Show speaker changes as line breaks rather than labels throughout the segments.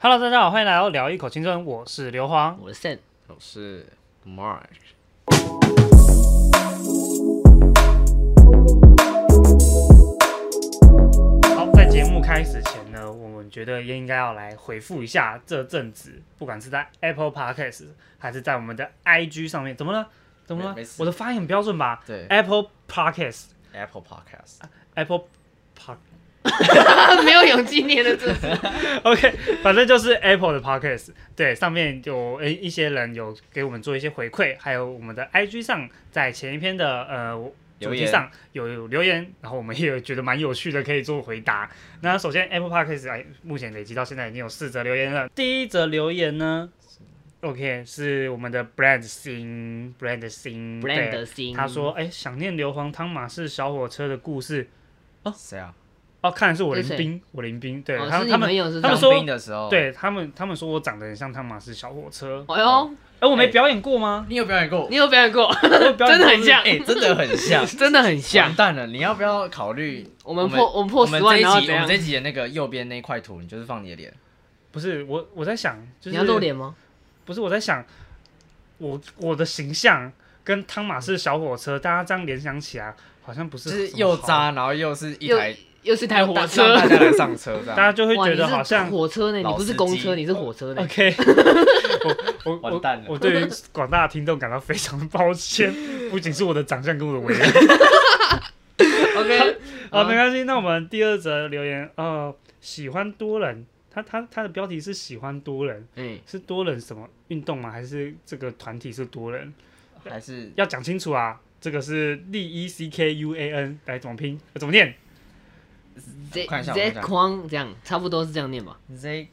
Hello，大家好，欢迎来到聊一口青春，我是刘皇。
我是
我是 Mark，
好，在节目开始前呢，我们觉得也应该要来回复一下这阵子，不管是在 Apple Podcast 还是在我们的 IG 上面，怎么了？怎么了
没没？事
我的发音很标准吧
对
？Apple Podcast，Apple
Apple Podcast，
Pod。
没有勇气念的字，
OK，反正就是 Apple 的 Podcast，对，上面有诶一些人有给我们做一些回馈，还有我们的 IG 上，在前一篇的呃主
留
题
言
上有留言，然后我们也有觉得蛮有趣的，可以做回答。那首先 Apple Podcast 哎，目前累积到现在已经有四则留言了。第一则留言呢，OK，是我们的 Brand 星，Brand 星
Brand 的心。
他说哎，想念硫磺汤马士小火车的故事，
谁啊？
哦，看来是我
是
林
谁
兵，我林兵，对，
哦
他
是
们
你
他们
朋。友是
他们
吧
说
当兵的时
哦
候，，
对他们，他们说我长得很像汤马士小火车。
哎呦，
哎、我没
哎
表演过吗？
你有表演过？
你有表演过，
我有表演
真的
过
很
是
像，
哎，真的很像
真的很像
完。蛋了！你要不要考虑
我们破我们破
我们
十
这
万，
一
然后
集
怎
我们
样
这？一集的那个右边那块图，你就是放你的脸，
不是我，我在想，就是
你要露脸吗？
不是我在想，我我的形象跟汤马士小火车，大家这样联想起来，好像不是
就
很好
是又，渣，然后又是一
又
台
又是一台火
让
车，
大家来上车 这
大
样，
家就会
哇，
觉
你
得好
是
像
火车呢，你不是公车，
老司机
你是火车呢。
OK 我。我
完
我
蛋了
我对于广大的听众感到非常抱 歉，不仅是我的长相跟我的为人。
OK，
好，没关系。那我们第二则留言，呃，喜欢多人，他他他的标题是喜欢多人，
嗯，
是多人什么运动吗？还是这个团体是多人？
还是
要讲清楚啊！这个是 D E C K U A N，来怎么拼？呃怎么念？
Z
看一下我
Z
看一下
框这样，差不多是这样念吧。
Z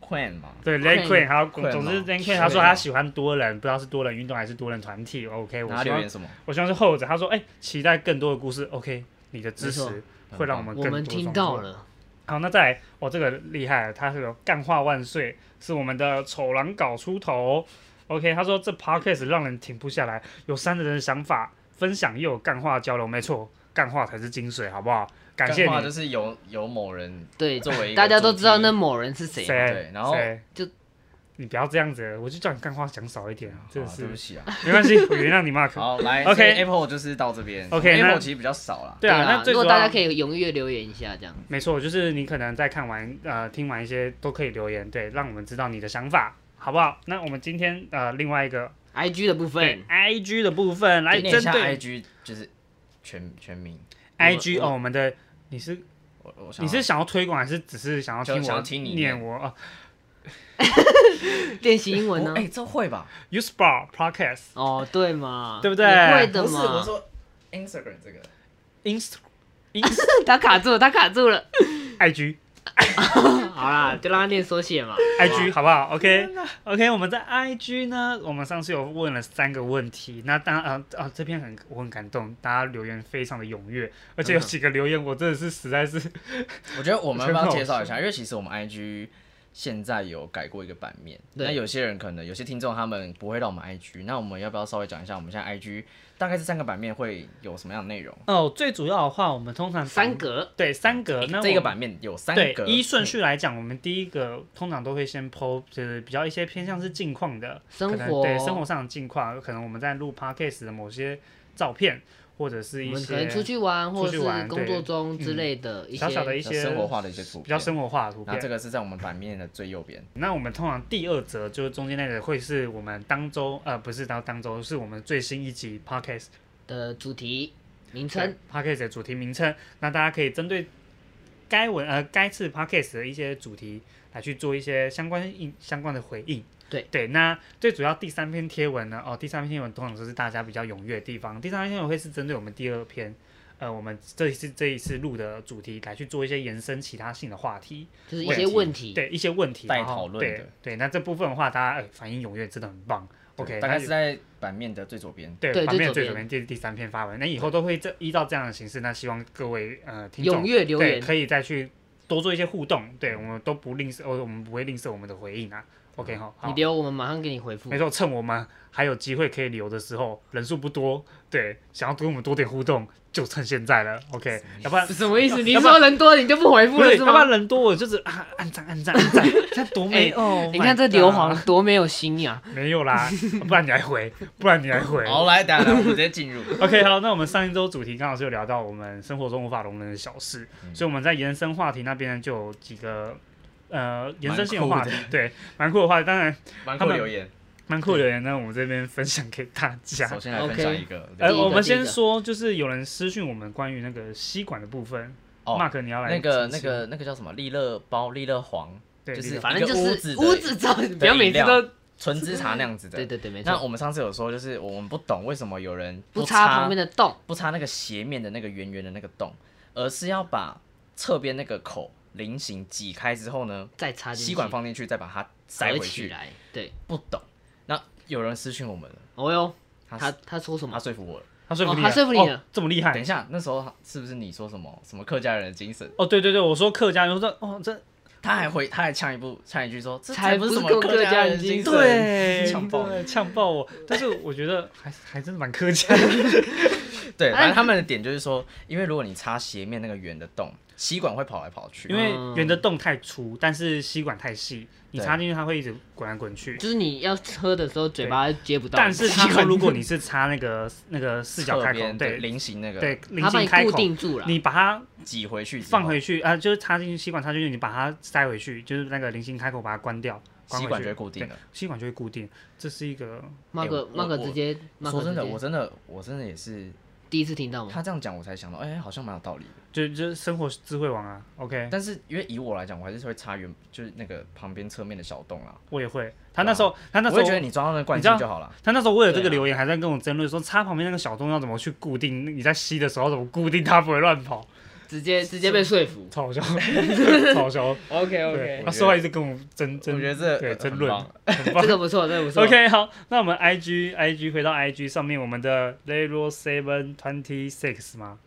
Queen 嘛？
对 l a
Crane
n Queen，还有
Crane
总之
哦
l a n
Crane
Queen，
哦
他说他喜欢多人，不知道是多人运动还是多人团体。OK，我哦
然后
希
留
望
言什么？
我希望是后者。他说，哎、期待更多的故事。OK，你的支
没
持
错
会让我们
我
哦更多
们
的
听
创
到
作。
了，
好，那再来，哦，这个厉害了，他是有干话万岁，是我们的丑狼搞出头。OK，他说这 podcast 让人停不下来，有三个人的想法分享，又有干话交流，没错，干话才是精髓，好不好？感谢
干话就
你。
是有有某人
对，
作为一个
大家都
主题
知道那某人是谁。啊
谁
对？然后
谁
就
你不要这样子，我就叫你干话讲少一点，真的
啊
是
对不起啊。
没关系，我原谅你 Mark。
好，来
OK
所以，Apple 就是到这边
OK，那
Apple 其实比较少啦。
对啊，
啦
那最
如
主
果
要
大家可以踊跃留言一下，这样
没错，就是你可能在看完呃听完一些都可以留言，对，让我们知道你的想法，好不好？那我们今天呃另外一个
IG 的部分
对。I G 的部分来
来念一
针
下
嗯对
IG 就是全全名。
I G
我
哦，我们的你是
我我想
你是想要推广还是只是想要听
想
我
要听你
念我啊
练习英文
我
呢
哎、？这会吧？
u s p a r Podcast
哦，对嘛，
对不对
你会的
不是，我
嘛。
说 Instagram 这个
Inst Inst
他卡住了，他卡住了。
I G
好啦，就让他念缩写嘛。
I G 好不好？OK OK，我们在 I G 呢，我们上次有问了三个问题，那当然啊啊这篇很我很感动，大家留言非常的踊跃，而且有几个留言我真的是实在是
我觉得我们
全
要不
部
要
好
介绍一
笑
下，因为其实我们 IG 现在有改过一个版面，
对
那有些人可能有些听众他们不会到我们 IG，那我们要不要稍微讲一下我们现在 IG 大概这三个版面会有什么样的内容？
哦最主要的话，我们通常
三格，
对三个，那
这
我
个版面有三
对
个，
依顺序来讲，我们第一个通常都会先 PO，就是比较一些偏向是近况的
生
可能
活
对生活上的近况，可能我们在录 podcast 的某些照片，或者是
我
一
们可能
些
出去玩或者
出去玩嗯
是工作中之类的一些
小小的一
比较
些
生活化的一些图片，
比较生活化的图
然后这
片。
个是在我们版面的最右边，
那我们通常第二则就是中间那个会是我们当周呃不是当当周是我们最新一集 podcast
的主题名
对
称。
podcast 的主题名称，那大家可以针对该文呃该次 podcast 的一些主题来去做一些相关应相关的回应。
对
对，那最主要第三篇贴文呢，哦，第三篇贴文通常都是大家比较踊跃的地方，第三篇贴文会是针对我们第二篇。呃，我们这一次这一次录的主题来去做一些延伸其他性的话题，
就是一些
问题
问题，
对一些问题
待
然后
讨论
对
的
对，那这部分的话，大家、呃、反应踊跃，真的很棒。OK，
大
那
概
就是
在版面的最左边。
对，
对
旁
最
边
左
最左边
边
第第三篇发文，那以后都会这依照这样的形式，那希望各位呃听
踊
众
跃留
对
言。
可以再去多做一些互动，对我们都不吝啬，哦，我们不会吝啬我们的回应啊。 OK 好，好
你留我们马上给你回复
没。错，趁我们还有机会可以留的时候，人数不多，对，想要跟我们多点互动，就趁现在了，OK，要不然。
什么意思？你
要不然
说人多你就不回复
不
了
是，
是
要不然
吗？
人多，我就是啊，按赞按赞按赞，他多 没哦，
你看这 硫磺多没有心呀！
没有 啦，不然你来回，不然你来回。
好，来，等一下，等一下我们直接 进入。
OK，好，那我们上一周主题刚好是有聊到我们生活中无法容忍的小事，
嗯
所以我们在延伸话题那边就有几个呃延伸性的话题，对，蛮酷的话题，当然
蛮
他
酷
们
留言，
蛮酷的留言，那我们这边分享给大家。
首先来分
OK
享一个，
呃，
第一个
我们
第一
先
个
说，就是有人私讯我们关于那个吸管的部分、
哦
m a r k 你要来
那个
支
那
持
个那个叫什么利乐包、利乐黄，
对，
就是
理解
反正就
一个屋
是
子的
屋子照，不要每次
饮料
都
纯芝茶那样子的。
对对对，没
那
错，
我们上次有说，就是我们不懂为什么有人
不
插
插旁边的洞，
不插那个斜面的那个圆圆的那个洞，而是要把侧边那个口菱形挤开之后呢，
再插进去
吸管放进去，再把它塞
合
回
起
去。
来。对，
不懂。那有人私讯我们了，
哦哟，
他
他他说什么
他？说服我了。
他说服你
哦
了，
他说服你了
哦这么厉
等一
害。
下，那时候是不是你说什么什么客家人的精神？
哦，对对对，我说客家人，我说哦，这
他还回，他还呛一步，呛一句说：“这
才
才不
不
什
是
么
跟我
客
客家
人
人
的
精
精
神
对
呛爆
对呛爆我。但是我觉得还还真的蛮客家的，哎
对，反正他们的点就是说，因为如果你插斜面那个圆的洞，吸管会跑来跑去。
因为圆的洞太粗，但是吸管太细，你插进去它会一直滚来滚去。
就是你要喝的时候嘴巴接不到，
但是它
吸管
如果你是插那个那个四角
侧
开口，
边对
对
菱形那个
对，菱
它把
形
你
开
固
口，
定住了，
你把它
挤回去之后，
放回去啊、就是插进去吸管插进去，你把它塞回去，就是那个菱形开口把它关掉，关
吸
回
管
去
就会固定
对
了。
吸管就会固定。这是一个
马
哎
可
我
马可
我
直接，马可
说真的，
直接
我真的我真的也是，
第一次听到吗？
他这样讲我才想到，哎、好像蛮有道理的。
就就是生活智慧网啊，OK，
但是因为以我来讲，我还是会插原就是那个旁边侧面的小洞啦。
我也会。他那时候，他那时
啊我也觉得
候，
你抓到那个罐
你知道
子就好了。
他那时候为了这个
对啊
留言还在跟我争论说，插旁边那个小洞要怎么去固定，你在吸的时候要怎么固定它不会乱跑，
直接直接被说服。
超好笑，超好笑。
OK
对，
我
他
觉
说话
得
一直跟我争
我
争
觉得这
对
呃
争
很
论
棒
很棒
这。个不错，这个不错。
OK，好，那我们 IG IG 回到 IG 上面，我们的 Lero Seven Twenty Six 吗？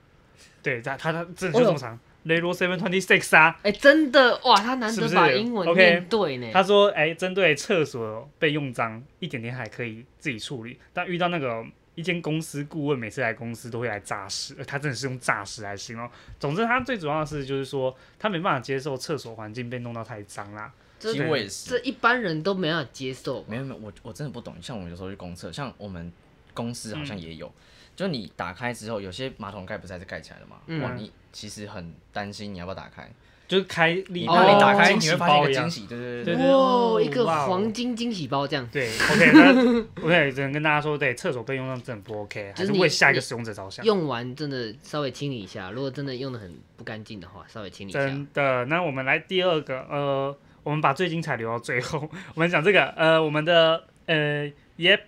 对，他他他真的就这么长，Lero Seven Twenty Six 啊。
哎，真的哇，他难
是不
得
是
把英文
OK，
念对
嗯
呢。
他说，哎、针对厕所备用脏，一点点还可以自己处理，但遇到那个一间公司顾问，每次来公司都会来诈尸，呃他真的是用诈尸来形容。总之，他最主要的是就是说，他没办法接受厕所环境被弄到太脏啦。
这
其实我也是
这，一般人都没办法接受吧。
没有没有，我我真的不懂。像我们有时候去公厕，像我们公司好像
嗯
也有，就你打开之后，有些马桶盖不是还是盖起来的吗？
嗯
哇，你其实很担心你要不要打开，
就是开
你
力，
怕你
哦
打开
惊
你
喜
会发现一
包
个
一样
惊。喜，对
对
对对。
哦
哇，一个
哇哦
黄金惊喜包这样。
对，OK，那 OK 只能跟大家说，对，厕所备用上真的不 OK，还
就是
是
你
为下一个使用者着想。
用完真的稍微清理一下，如果真的用的很不干净的话，稍微清理一下。
真的，那我们来第二个，呃，我们把最精彩留到最后， 我们讲这个，呃，我们的呃，Yep，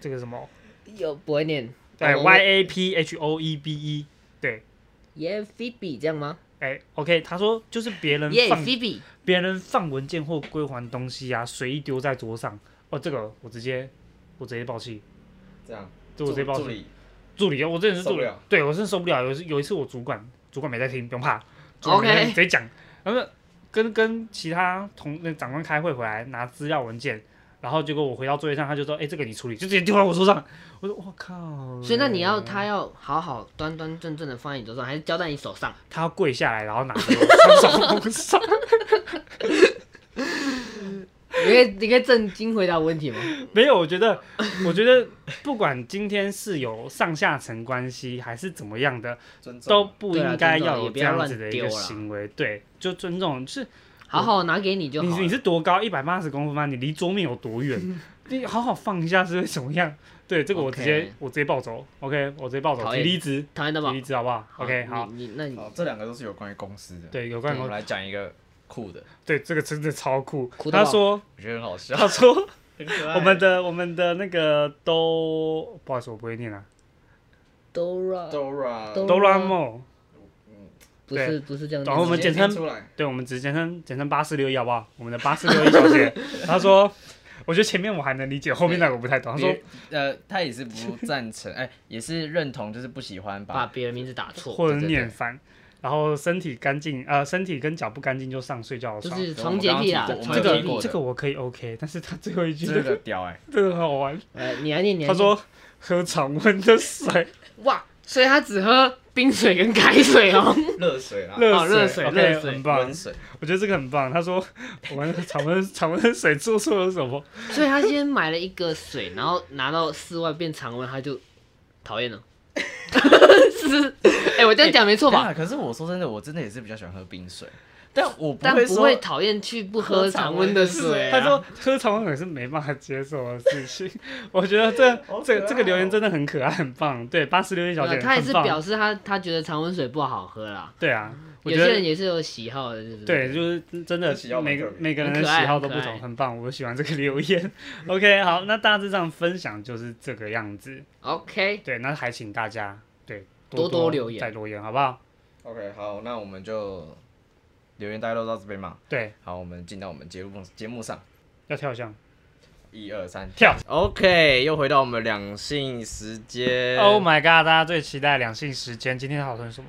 这个什么，
有不会念？
对
呃我
，Y A P H O E B E，对，
耶菲比这样吗？
哎，OK，他说就是别人
耶
放
菲比，
别人放文件或归还东西啊，随意丢在桌上，哦，这个我直接我直接爆气，
这样，
这我直接爆气。
理
助理，我真的是助
受不
理
了，
对我真的受不了。有一次有一次我主管，主管没在听，不用怕，主
OK
管直接讲，然后跟跟其他同那长官开会回来拿资料文件，然后结果我回到座位上，他就说，哎、这个你处理，就直接丢到我手上。我说我靠，
所以那你要他要好好端端正正的放在你桌上，还是交在你手上？
他要跪下来，然后拿给我，双手奉上。
你可以你可以正经回答我问 题吗？
没有，我觉得，我觉得不管今天是有上下层关系还是怎么样 的，
尊重
都不
对啊
应该
尊重
要有
也不
这
要
样
乱
子的一
丢
个
啦
行为。对，就尊重，就是
好好拿给你就好
你
了。嗯
是你是多高？一百八十公分吗？你离桌面有多远？你好好放一下是会怎么样？对，这个我
OK
直接我直接暴走，OK，我直接暴走，
讨
提
厌
离职，
讨厌
提
的吧
离职好不好？OK，好，
你你那你
好，这两个都是有关于公司的。，
对，有关
嗯
我
公
们来讲一个酷的，
对这个真的超酷
酷。到
他
爆 哎
说
我觉得很好笑。
他说
很可 爱
我们的我们的那个都不好意思，我不会念啊，
Dora
Dora，
Dora
哆啦 A 梦，
不是不是这样念的，
然后我们简称
直接念出来，
对，我们只简称简称八四六一好不好？我们的八四六一小 姐，他说。我觉得前面我还能理解，后面那个我不太懂。他说
别呃，他 也是不赞成，哎，也是认同，就是不喜欢把
把别人名字打错。
或者
对对对
念翻。然后身体干净，呃，身体跟脚不干净就上睡觉的
就
床。
是
对
床洁癖啊，
我们
床
这
刚刚提过
洁
个
癖
我们过。
这个我可以 OK，但是他最后一句
这
这个
个屌哎、
这个很好玩，
呃，你来念，你来
他
念
说喝常温的水，
哇，所以他只喝冰水跟开 水哦。
热水啦
热
哦热水
o k
热水
很棒
温，水，
我觉得这个很棒。他说我们常温常温水做错了什 么？
所以他先买了一个水，然后拿到室外变常温，他就 讨厌了。是，哎、我这样讲没错
对
吧？
吧？可是我说真的，我真的也是比较喜欢喝冰水，但我不
但
会
不
说
会讨厌去不喝常温的水、
他
啊。
说喝常温水是没办法接受的事情。 我觉得这
好可
这
爱
这个留言
哦
真的很可爱，很棒。对，八十六位小
没
姐，
有啊他也是
很棒
表示他他觉得常温水不好喝啦。
对啊，我
有
觉
些
得
人也是有喜好的，是不是？
对，就是真的
喜好，蛮
每个
特别
每个人的
很可爱
喜好都不
很可
同，
爱
很棒。我喜欢这个留言。OK，好，那大致上分享就是这个样子。
，OK，
对，那还请大家对
多多留言
再留言好不好？
OK，好，那我们就留言大家都到这边嘛。
对，
好，我们进到我们节目节目上，
要跳箱
一二三
跳。
，OK，又回到我们两性时间。
Oh my god！大家最期待两性时间，今天讨论什么？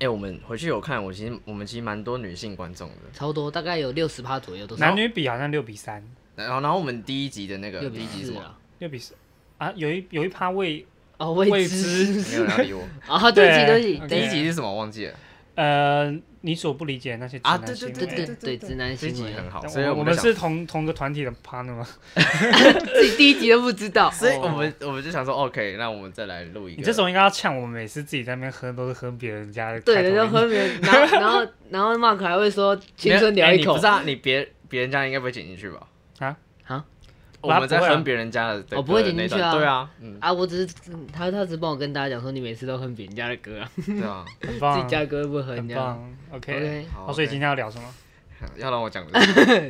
哎、我们回去有看，我其实我们其实蛮多女性观众的。
超多，大概有六十趴左右都是
男女比好像六比三，
然后，然后我们第一集的那个
六
第
比
一集是
四
什么？
啊。
六比四啊，有一有一趴未
哦，
未
未知
知，
没有人要理 我。
啊，对不起，
对
对不起，
OK
第
对
一集是什么？忘记了。
呃，你所不理解的那些直
啊
男行为
对
对
对
对对，直男
这一
行
集
为
很好，
但
所以
我
我
我
们
们
就想
是同同个团体的 partner 吗？
自己第一集都不知道。
所以我们我们就想说，OK，那我们再来录一个。
你这时候应该要呛我们，每次自己在那边喝都是喝别人家的，
对，人家喝别人，然后然后然后 Mark 还会说青春
没有
聊
哎
一
你
口
不，是啊，你别别人家应该不会剪进去吧？
啊
啊？
我们在
不会啊
哼别人家的，
哦不会剪进去啊
对啊，嗯，
啊，我只是嗯他他只是帮我跟大家讲说，你每次都哼别人家的歌啊，
对啊。
很
自
棒
己
啊，
家的歌不哼
很
这样。
棒。OK，
OK，
好，哦所以今天要聊什么？
天要让我 讲的。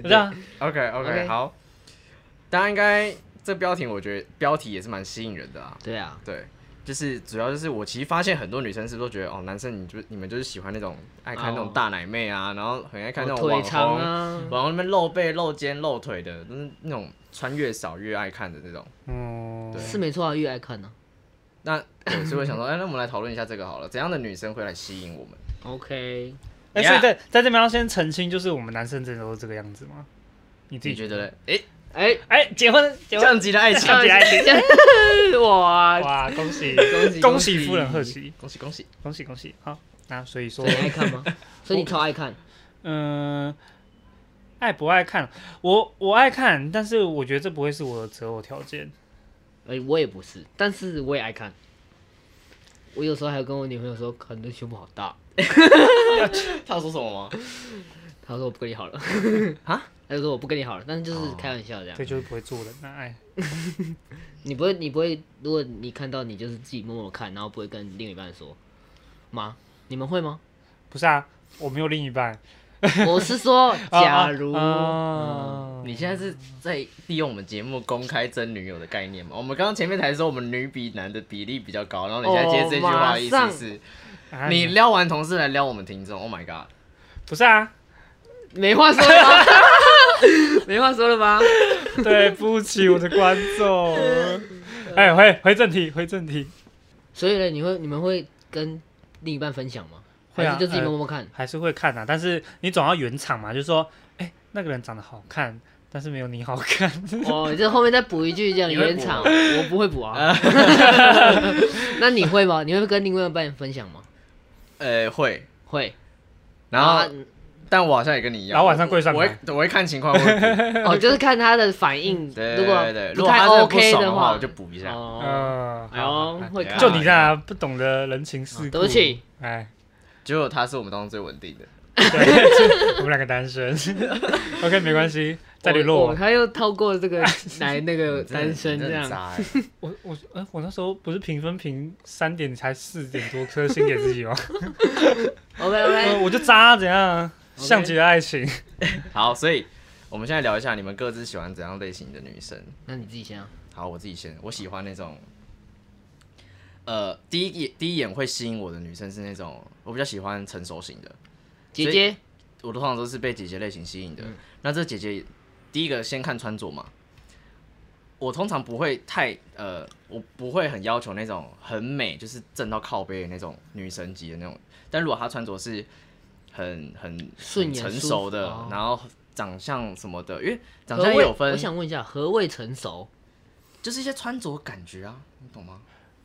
不是啊，
OK OK，
OK
好，大家应该这标题，我觉得标题也是蛮吸引人的啊。
对啊，
对，就是主要就是我其实发现很多女生是不是都觉得哦，男生你就你们就是喜欢那种爱看那种
哦
大奶妹啊，然后很爱看那种
腿
网
长
红，
啊，
网红那边露背、露肩、露腿的，就是那种穿越少越爱看的那种。
嗯，
对
是没错啊，越爱看呢。
那对，所以我想说，哎、那我们来讨论一下这个好了，怎样的女生会来吸引我们？
OK，
哎、
Yeah
所以在在这边要先澄清，就是我们男生真的都是这个样子吗？你自
你
己
觉得？嘞？
哎，
哎、
哎、结婚结婚，
降级的爱情，
降级爱情，
哇，
哇，恭喜
恭喜
恭喜夫人贺喜，
恭喜 恭喜！
恭喜恭喜！好，那所以说
所以，你爱 看吗？所以你超爱看，
嗯、爱不爱看？我我爱看，但是我觉得这不会是我的择偶条件。
哎，我也不是，但是我也爱看。我有时候还跟我女朋友说，看你的胸部好大，
他有说什么吗？
她说我不跟你好 了，
啊，
她就说我不跟你好了，但是就是
哦
开玩笑这样
这。就是不会做人啊哎那爱。
你不会，你不会，如果你看到，你就是自己默默地看，然后不会跟另一半说吗？你们会 吗？
不是啊，我没有另一半。
我是说，
啊
假如、
啊
嗯
啊
你现在是 在利用我们节目公开真女友的概念吗？我们刚刚前面才说我们女比男的比例比较高，然后你现在接这句话的意
哦马
思
上
是，
啊
你撩完同事来撩我们听众？Oh my god！
不是啊？
没话说了 吗？没话说了吗？
对不起，我的观众。哎、回回正题，回正题，
所以呢，你会你们会跟另一半分享吗？
会啊
还是就自己默默看？
还是会看啊，但是你总要圆场嘛，就是说，哎、那个人长得好看，但是没有你好看。
哦，这后面再补一句这样
你会补
圆场，
吗
我不会补 啊。 那你会吗？你会跟另外一半分享吗？
呃，会。
会。
然后，
啊
但我好像也跟你一样，
然后晚上跪上
我会
来
我会看情况。我会 补
哦，就是看他的反应，
对
如果
对对，如
不
果
太
他真的不
OK
爽的
话，
我就补一下。
哦，
嗯，
哎
好
呦，会看。
就你这样啊不懂得人情世故。
哦对不起，
哎，
结果他是我们当中最稳定的。
对，我们两个单身。OK，没关系，再联络
哦
我。
他又透过这个来那个单身
你
这
真的很
样，
渣欸。
我我哎、我那时候不是评分评三点才四点多颗星给自己吗？
OK
呃
OK，
我就渣怎样啊？像极了爱情。
好，所以我们现在聊一下你们各自喜欢怎样类型的女生。
那你自己先啊。
好，我自己先，我喜欢那种，呃，第一眼第一眼会吸引我的女生是那种，我比较喜欢成熟型的，
姐姐，
我通常都是被姐姐类型吸引的。
嗯
那这姐姐第一个先看穿着嘛，我通常不会太呃，我不会很要求那种很美，就是正到靠背的那种女神级的那种。但如果她穿着是很很
顺
很
眼
成
舒服
熟的，
哦
然后长相什么的，因为长
何
相也
谓
有分
我，想问一下，何谓成熟？
就是一些穿着感觉啊，你懂吗？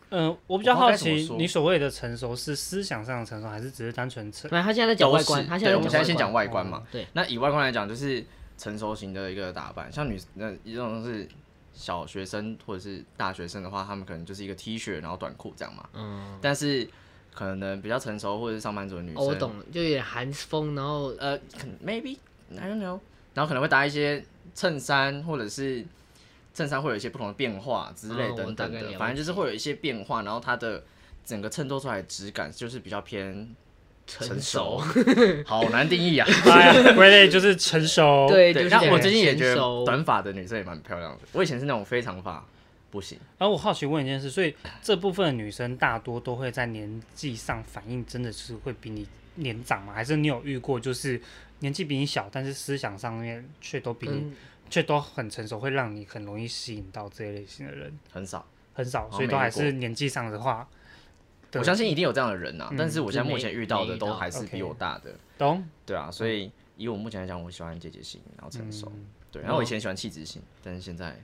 嗯，我比较
我不知道
好
该怎么
奇
说
你所谓的成熟是思想上的成熟，还是只是单纯 成？
没有，他现在在讲外
都
观，
是
他
对
在
我们现在先
讲
讲外观嘛。
对，
那以外观来讲，就是成熟型的一个打扮，像女那一种是小学生或者是大学生的话，他们可能就是一个 T 恤，然后短裤这样嘛。
嗯，
但是可能比较成熟或者是上班族的女
哦
生，
我懂了，就有点韩风，然后
呃，可能 maybe I don't know，然后可能会搭一些衬衫或者是衬衫会有一些不同的变化之类
嗯我
等
大
等
概
的，
了
反正就是会有一些变化，然后它的整个衬托出来的质感就是比较偏
成
熟
熟，，
好难 定义啊。
哎呀，归类就是成熟。
对，就
对，
是
那我
这样
最近也
成
觉得
熟嗯
短发的女生也蛮漂亮的。我以前是那种非常发，不行。
而我好奇问一件事，所以这部分的女生大多都会在年纪上反应，真的是会比你年长吗？还是你有遇过就是年纪比你小，但是思想上面却都比你
嗯
却、都很成熟，会让你很容易吸引到这一类型的人？
很少，
很少，
好像
所以都
哦没遇
还
过
是年纪上的话，对
我相信一定有这样的人啊，
嗯
但是我现在目前
就没
遇到
没
的
遇到
都还是
OK
比我大的，
懂？
对啊，所以以我目前来讲，我喜欢姐姐型，然后成熟，
嗯
对，然后我以前喜欢气质型，但是现在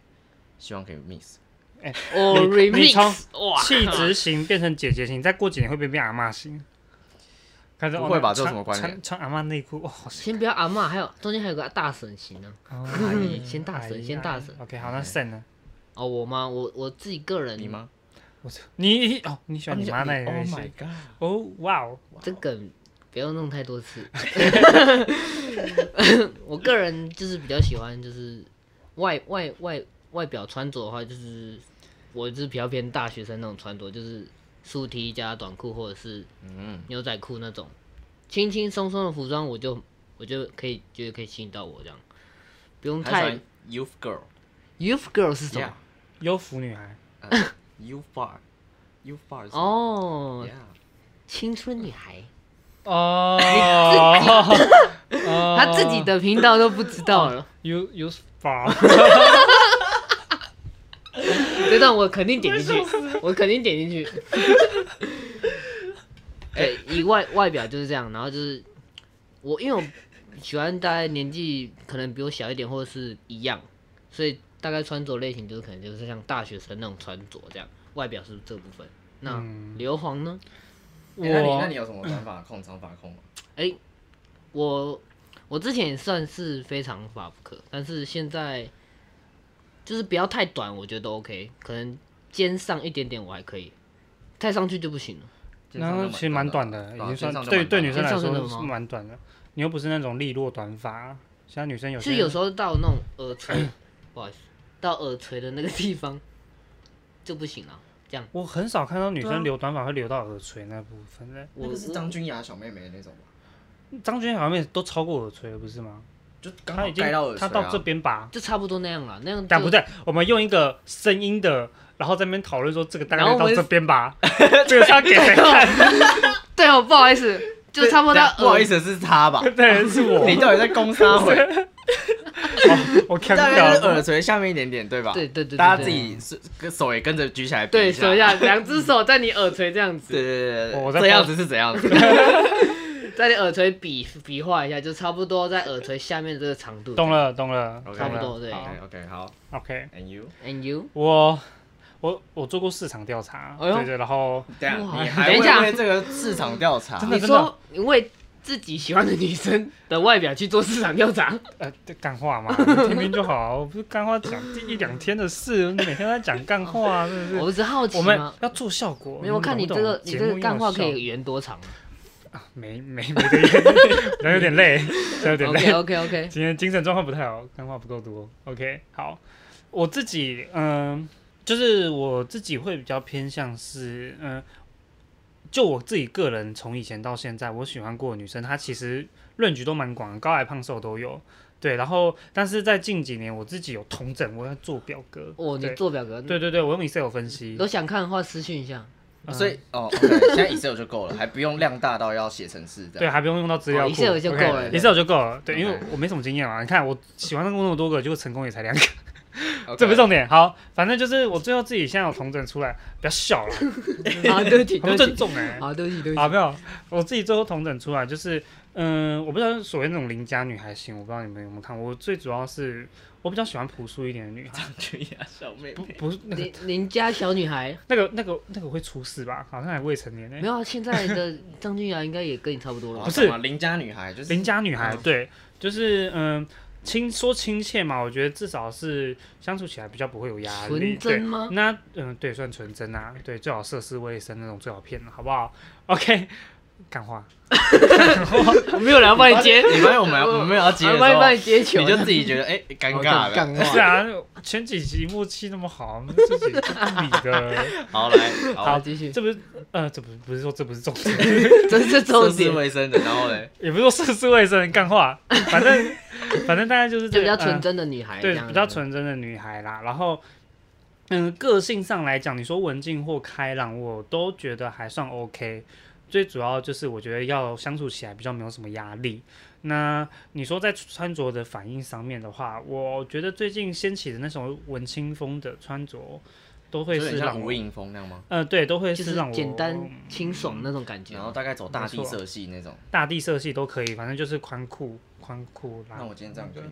希望可以 miss，
哦
你你从
，remix，哇，
气质型变成姐姐型，再过几年会不会变阿嬷型？看着
不会吧
哦
这有
穿
什么关联
穿穿阿嬷内裤，哇、哦好
先不要阿嬷，还有中间还有个大婶型呢。
哦
嗯先大神
哎呀
先大神
OK，好，那剩呢？
哦，我吗？我我自己个人，
你？吗？
我操你哦，你喜欢嗯你妈那一
？Oh
类
my
型？
god！
哦，哇哦，
这梗不要弄太多次。 我个人就是比较喜欢，就是外外外外表穿着的话，就是我就是比较偏大学生那种穿着，就是竖 T 加短裤或者是
嗯，
牛仔裤那种轻轻松松的服装，我就我就可以觉得可以吸引到我这样，不用
还喜
太
欢 youth girl，
youth girl 是什么？
yeah，youth
优芙女孩，
呃 bar，youth bar 是什么
哦，
，yeah，
青春女孩，
哦，
哦
她自己的频道都不知道了，
U U bar，
这段我肯定点进去，我肯定点进去。 对，以外外表就是这样，然后就是我因为我喜欢大概年纪可能比我小一点或者是一样，所以大概穿着类型就是可能就是像大学生那种穿着这样，外表是这部分。那
嗯
硫磺呢？
欸那你那
我
你有什么短 发控、长发控吗？
我我之前也算是非常法不可，但是现在就是不要太短，我觉得都 OK，可能肩上一点点我还可以，太上去就不行了。
然后其实蛮短的，已
啊
经
肩上
算
就
对
蛮
对
短
女生来
肩上真
说
的
是
吗
蛮短的。你又不是那种利落短发，像女生有些
是有时候到那种耳垂， 不好意思，到耳垂的那个地方就不行了。
我很少看到女
对
生
啊
留短发会留到耳垂那部分的。
我
那个是张君雅小妹妹那种吧？
张君好像也都超过耳垂了，不是吗？
就刚
她
好
已经
盖到耳
她
垂
到
啊
这。边吧，
就差不多那样了，那样
但
就
不对，我们用一个声音的，然后在那边讨论说这个大
然
概
后我
到
们
这边 吧，这个是要给谁看？
对哦，不好意思，就差不多到
对不好
耳
意思，是她 吧？
对，是我，
你到底在攻杀回？
我看
大
不
概是
到。
耳垂下面一点点，对吧？
对对对对
大家自己是跟手也跟着举起来比
对
下
手。下，两只手在你耳垂这样子，
对对对
我
对
在
对，这样子是怎样 子？
在你耳垂比比划一下，就差不多在耳垂下面这个长度。
懂了，懂了，懂了
OK
差不多对
好
OK，好
OK，
，And you？
？And you？
我我我做过市场调查，
哎呦
对对，然后
等一
哇
下，你还
等一下
会为这个市场调查？
真的
你说你为自己喜欢的女生的外表去做市场调查，
呃，这干话嘛，听听就好，我不是干话讲一两天的事，每天都在讲干话，真的是。
我只是好奇
我们
嘛。
要做效果，
没有，我看你这
懂
个
不懂
你
节
这
目
个干
要
话可
效
以圆多长
没没没得 演，人有点累， 人有点累
？OK。OK OK，
今天精神状况不太好，干话不够多。OK，好，我自己嗯，就是我自己会比较偏向是嗯，就我自己个人从以前到现在，我喜欢过的女生，她其实论局都蛮广的，高矮胖瘦都有。对，然后但是在近几年，我自己有同整，我要做表格。
哦，你
对
做表格，
对对对，我用 Excel 分析
有。想看的话私讯一下。
嗯
所以哦，OK，现在 Excel 就够了，还不用量大到要写程式这
对，
样。
还不用用到资料
哦
库
，Excel 就够了嗯
OK，Excel 就够了。对，因为
OK
我没什么经验嘛，你看我喜欢上过那么多个，结果成功也才两个。 这不是
OK
重点。好，反正就是我最后自己现在有统整出来，不要笑了，
好，啊对不起，
很
对
不
不
尊
起，
重哎、
好，对不起，对不
啊，
起。
没有，我自己最后统整出来就是，嗯，我不知道所谓那种邻家女孩型，我不知道你们有没有看过。我最主要是我比较喜欢朴素一点的女
啊
孩，
去呀，小妹
不
妹。
不是那个
邻邻家小女孩，
那个那个那个会出事吧？好像还未成年呢、
没有啊，现在的张君雅应该也跟你差不多了吧
不。是
什么邻家女孩，就是
邻家女孩，
嗯
对，就是嗯，亲说亲切嘛，我觉得至少是相处起来比较不会有压力。
纯真
对，
吗？
那嗯，对，算纯真啊，对，最好涉世未深那种最好骗了，好不好？OK，干话，
我没有来帮你 接，
你发现我们我们没有要接的
我
时
啊帮你帮你
候，
接球，
你就自己觉得哎尴尬了。
干
是
话。
啊，前几集默契那么好，这几集不理 的。
好来，好
好，，继续，
这不是呃，这不不是说这不是重点，
这是
涉
重
世
点，
未深的，然后 嘞，
也不是说涉世未深干话，反正反正大概就是
就
这
比
个
较
呃
纯真的女孩，
对
这样子
比较。纯真的女孩啦。然后嗯，个性上来讲，你说文静或开朗，我都觉得还算 OK。最主要就是我觉得要相处起来比较没有什么压力。那你说在穿着的反应上面的话，我觉得最近掀起的那种文青风的穿着，都会
有
是
点像
让
吴
我，
映风那样吗？
呃，对，都会
就是是
让我嗯
简单清爽那种感觉
然，后大概走大地色系那种。
大地色系都可以，反正就是宽裤、宽裤啦。
那我今天这样可以吗？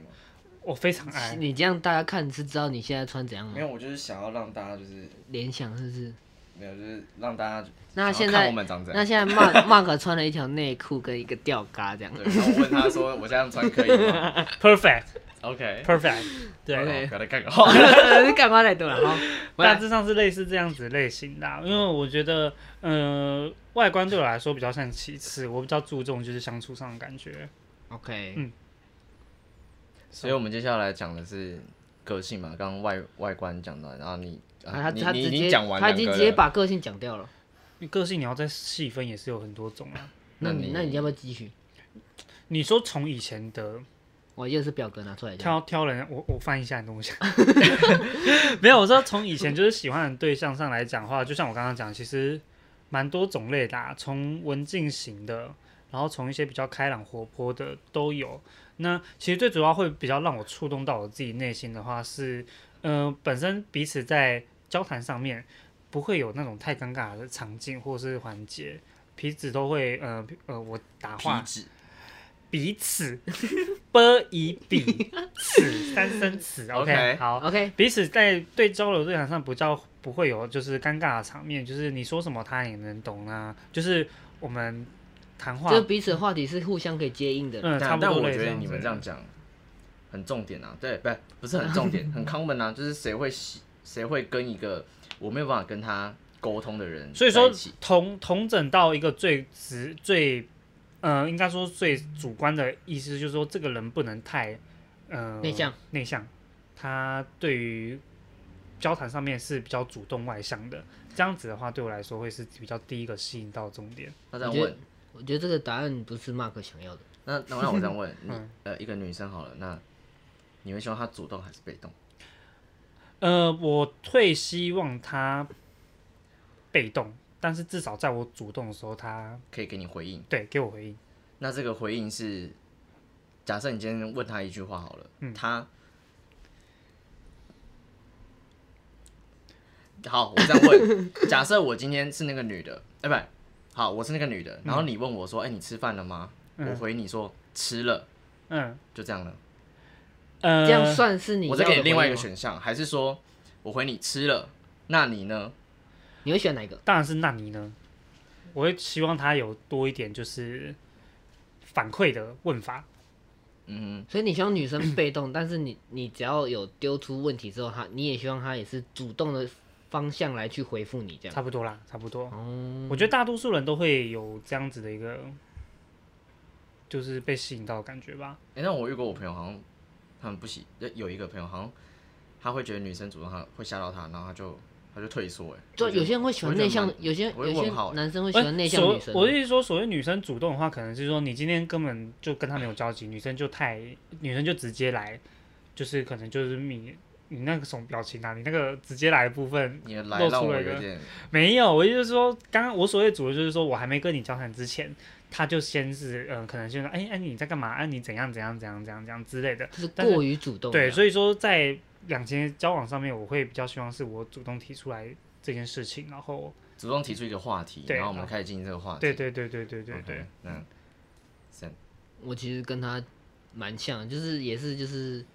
我非常爱，
你这样大家看是知道你现在穿怎样
没
吗？
有，我就是想要让大家就是
联想是不是？
没有，就是让大家
那
想
现
要看
在
我们长怎
那
样。
现在 Mark Mark 穿了一条内裤跟一个吊嘎这样，
对，然后我问他说我这样穿可以吗
perfect
？OK，
perfect，对，
OK
不要再干 个话。
干嘛太多 了哈。回
大
来
致上是类似这样子类型的啊、因为我觉得，呃，外观对我来说比较像其次，我比较注重就是相处上的感觉。
OK，
嗯
所以我们接下来讲的是个性嘛，刚刚外外观讲到，然后你
啊
啊
他
你
他
你
直
已
接
经讲完
他
两
已经
个了
直接把个性讲掉了。
个性你要再细分也是有很多种啊。
那
那
你
你
那你要不要继续？
你说从以前的
我又是表格拿出来讲。
挑挑人，我我翻一下你东西，没有，我说从以前就是喜欢的对象上来讲的话，就像我刚刚讲，其实蛮多种类的、啊，从文静型的，然后从一些比较开朗活泼的都有。那其实最主要会比较让我触动到我自己内心的话是，呃，本身彼此在交谈上面不会有那种太尴尬的场景或是环节，彼此都会呃呃，我打
皮
话
质，
彼此， 波以彼此，三声 词。OK，,
OK
好，
OK，
彼此在对交流对谈上不叫不会有就是尴尬的场面，就是你说什么他也能懂啊，就是我们谈话
就，彼此的话题是互相可以接应的。
啊嗯，差
但
不
但
多
我
类似
觉得
样
你们
子
这样讲很重点啊，对，不不是很 重点，很 common 啊，就是谁会喜谁会跟一个我没有办法跟他沟通的人
所以说
在一起
同同整到一个最直最，呃，应该说最主观的意思，就是说这个人不能太，呃，
内向，
内向，他对于交谈上面是比较主动外向的，这样子的话对我来说会是比较第一个吸引到重点。
那这样
我觉得
问，
我觉得这个答案不是 Mark 想要的。
那那那我这样问， 你
嗯
呃一个女生好了，那你会希望她主动还是被动？
呃，我会希望他被动，但是至少在我主动的时候他，
可以给你回应。
对给我回应。
那这个回应是，假设你今天问他一句话好了，
嗯
他好，我这 样问，假设我今天是那个女的，哎、不，好，我是那个女的，然
嗯
后你问我说，哎、你吃饭了吗？
嗯
我回你说吃了，
嗯，
就这样了。
呃，
这样算是你
我
要
再
的
给你
回
另外一
应
个
吗，
选项，还是说我回你吃了？那你呢？
你会选哪一个？
当然是那你呢？我会希望他有多一点就是反馈的问法，
嗯
所以你希望女生被动，但是你你只要有丢出问题之后，她你也希望她也是主动的方向来去回复你这样。
差不多啦，差不多。
哦，
我觉得大多数人都会有这样子的一个，就是被吸引到的感觉吧。
哼，哎、那我遇过我朋友，好像他们不喜，有有一个朋友好像他会觉得女生主动，他会吓到他，然后他就他就退缩、哎，
就
我觉
有
得
些人会喜欢
我觉得
内向
蛮，
有些
我会
有些
问号欸
男生会喜欢内向
哎所
女生
我的
啊。
意思说，所谓女生主动的话，可能是说你今天根本就跟她没有交集，女生就太，女生就直接来，就是可能就是你你那个什么表情啊，你那个直接来的部分
你的来
露
让
出
我
了一
有
个
点
没有，我就是说，刚刚我所谓主的就是说我还没跟你交谈之前，他就先是嗯、呃可能先啊说，哎、哎、你在干嘛？哎、你怎样怎样怎样怎样怎样之类的。
就是
但是
过于主动这
对，
样，
所以说在两情交往上面，我会比较希望是我主动提出来这件事情，然后
主动提出一个话题，
对
然后我
啊
们开始进行这个话题。
对对对对对对
OK，
对，
那三
我其实跟他蛮像，就是也是就是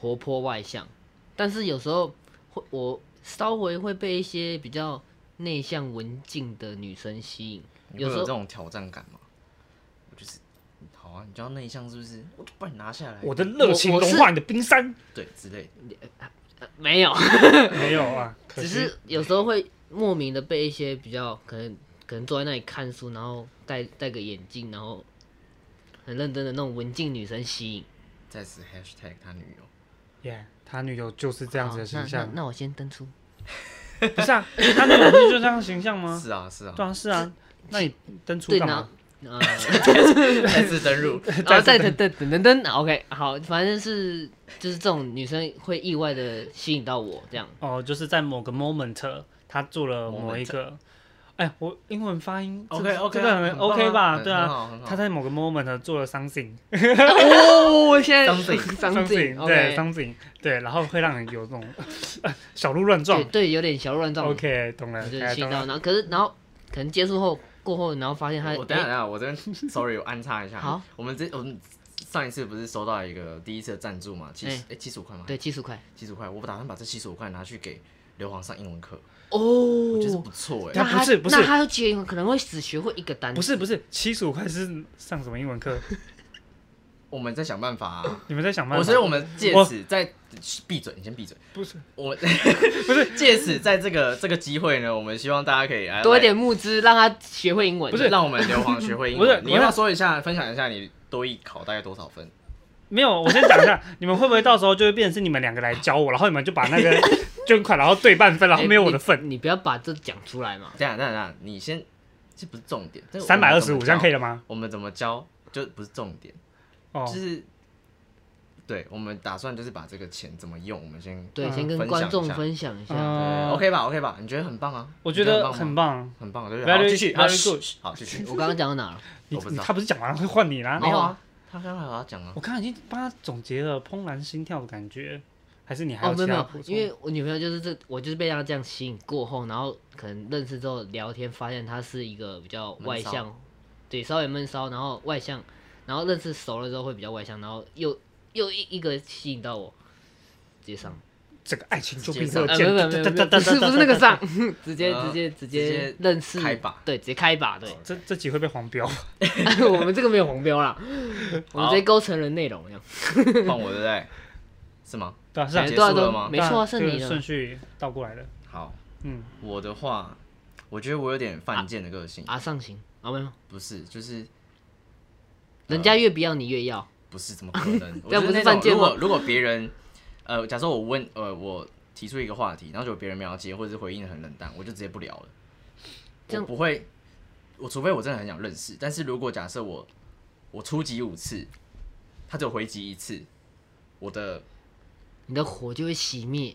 活泼外向，但是有时候会我稍微会被一些比较内向文静的女生吸引，
你会
有
有
时
这
候
种挑战感吗？我就是好啊，你就要内向是不是？我就把你拿下来，
我的热情融化你的冰山，
对之类的。
呃没有，
没 有啊，可
只
惜
是有时候会莫名的被一些比较可能可能坐在那里看书，然后戴戴个眼镜，然后很认真的那种文静女生吸引。
再次 hashtag 他女友，
耶，他女友就是这样子的
好
形
哦啊那那
象，
那我先登出。
不是啊？他女友不是就这样的形象吗？
是啊是啊，
对啊，是啊，那你登出
对，
干
然后
嘛？
呃，
再次登入，
然后再等等等等等，OK，好，反正是就是这种女生会意外的吸引到我 这样。
哦，就是在某个 moment，他做了某一个，哎，我英文发音
OK，OK，
这个很
很棒啊
OK 吧？
很
对
很
啊，
好很好
他在某个 moment 做了 something。
哦，我现在
Something
something，对
something，OK，
something，对，然后会让你有这种小鹿乱撞
对。对，有点小鹿乱撞，
OK，懂了，
我就
哎
吸
懂
引到，
了。哦
然后可是然后可能接触后过后，然后发现他
我等一
哎
下等一 下，我这边 sorry，我安插一下。
好，
我们这我们上一次不是收到一个第一次的赞助嘛，七
哎
十哎七十五块吗？
对，七十块
七十五块，我打算把这七十五块拿去给刘皇上英文课，
哦，
我觉得不错哎。
他
那
不是不是
那他学可能会只学会一个单词，
不是不是，七十五块是上什么英文课？
我们在想办法啊，
你们在想办
我
法？
所以我们借
我
此在 闭嘴，你先闭嘴。
不是
我不是借此在这个这个机会呢，我们希望大家可以来
多一，点募资让他学会英文，
来让我们硫磺学会英
不是
文。你要不
我
要
是
说一下，分享一下你多艺考大概多少分？
没有，我先讲一下，你们会不会到时候就会变成是你们两个来教我，然后你们就把那个捐款，然后对半分，然后
哎
没有我
你
的 份，
你不要把这讲出来嘛。
这样这样这样，你先这不是重点，这我们
三百二十五，
怎么教
这样可以了吗？
我们怎么教就不是重点，
哦
就，是对我们打算就是把这个钱怎么用，我们先
对，
嗯
先跟
分享
观众
一下
分享一下。
嗯
呃 OK 吧 OK 吧，你觉得很棒啊？
我觉
你
得
很
很
棒吗，
棒。
很棒，对不
Very-
对？好，继续，好
very good
嘘好，继续。
我刚刚讲到哪了？
你
我不知
你
道
他不是讲完了会换你 啦？
没有啊，他刚刚还有要讲啊
我，刚刚已经帮他总结了怦然心跳的感觉，还是你还
哦，
有其
没有没
他
有
补，充？
因为我女朋友就是这，我就是被她这样吸引过后，然后可能认识之后聊天，发现她是一个比较外向，对，稍微闷骚，然后外向，然后认识熟了之后会比较外向，然后又又一一个吸引到我，直接上，
整个爱情就
直接
比这
呃，
个
没
贱
有没有没有，没有不是不是那个上， 直接直接直
啊直
接
接
认识
开吧
对，直接开把，对，
这这集会被黄标，
哦
我们这个没有黄标 啦，我们直接勾成人内容这样，
换我对不对？是吗？
对啊，是
哎
啊，
结
对啊
束了
对啊
吗
没错啊，
这
是
个
你的
顺，序倒过来的，
好，
嗯，
我的话，我觉得我有点犯贱的个性，
啊上行啊没有，
不是，就是
人家越不要你越要。
不是，怎么可 能？
这样不是
我就那种
犯贱吗
如果如果别人，呃，假设我问，呃，我提出一个话题，然后就别人没有接，或者是回应得很冷淡，我就直接不聊了。
这
我
样
不会，我除非我真的很想认识，但是如果假设我我出击五次，他只有回击一次，我的
你的火就会熄灭，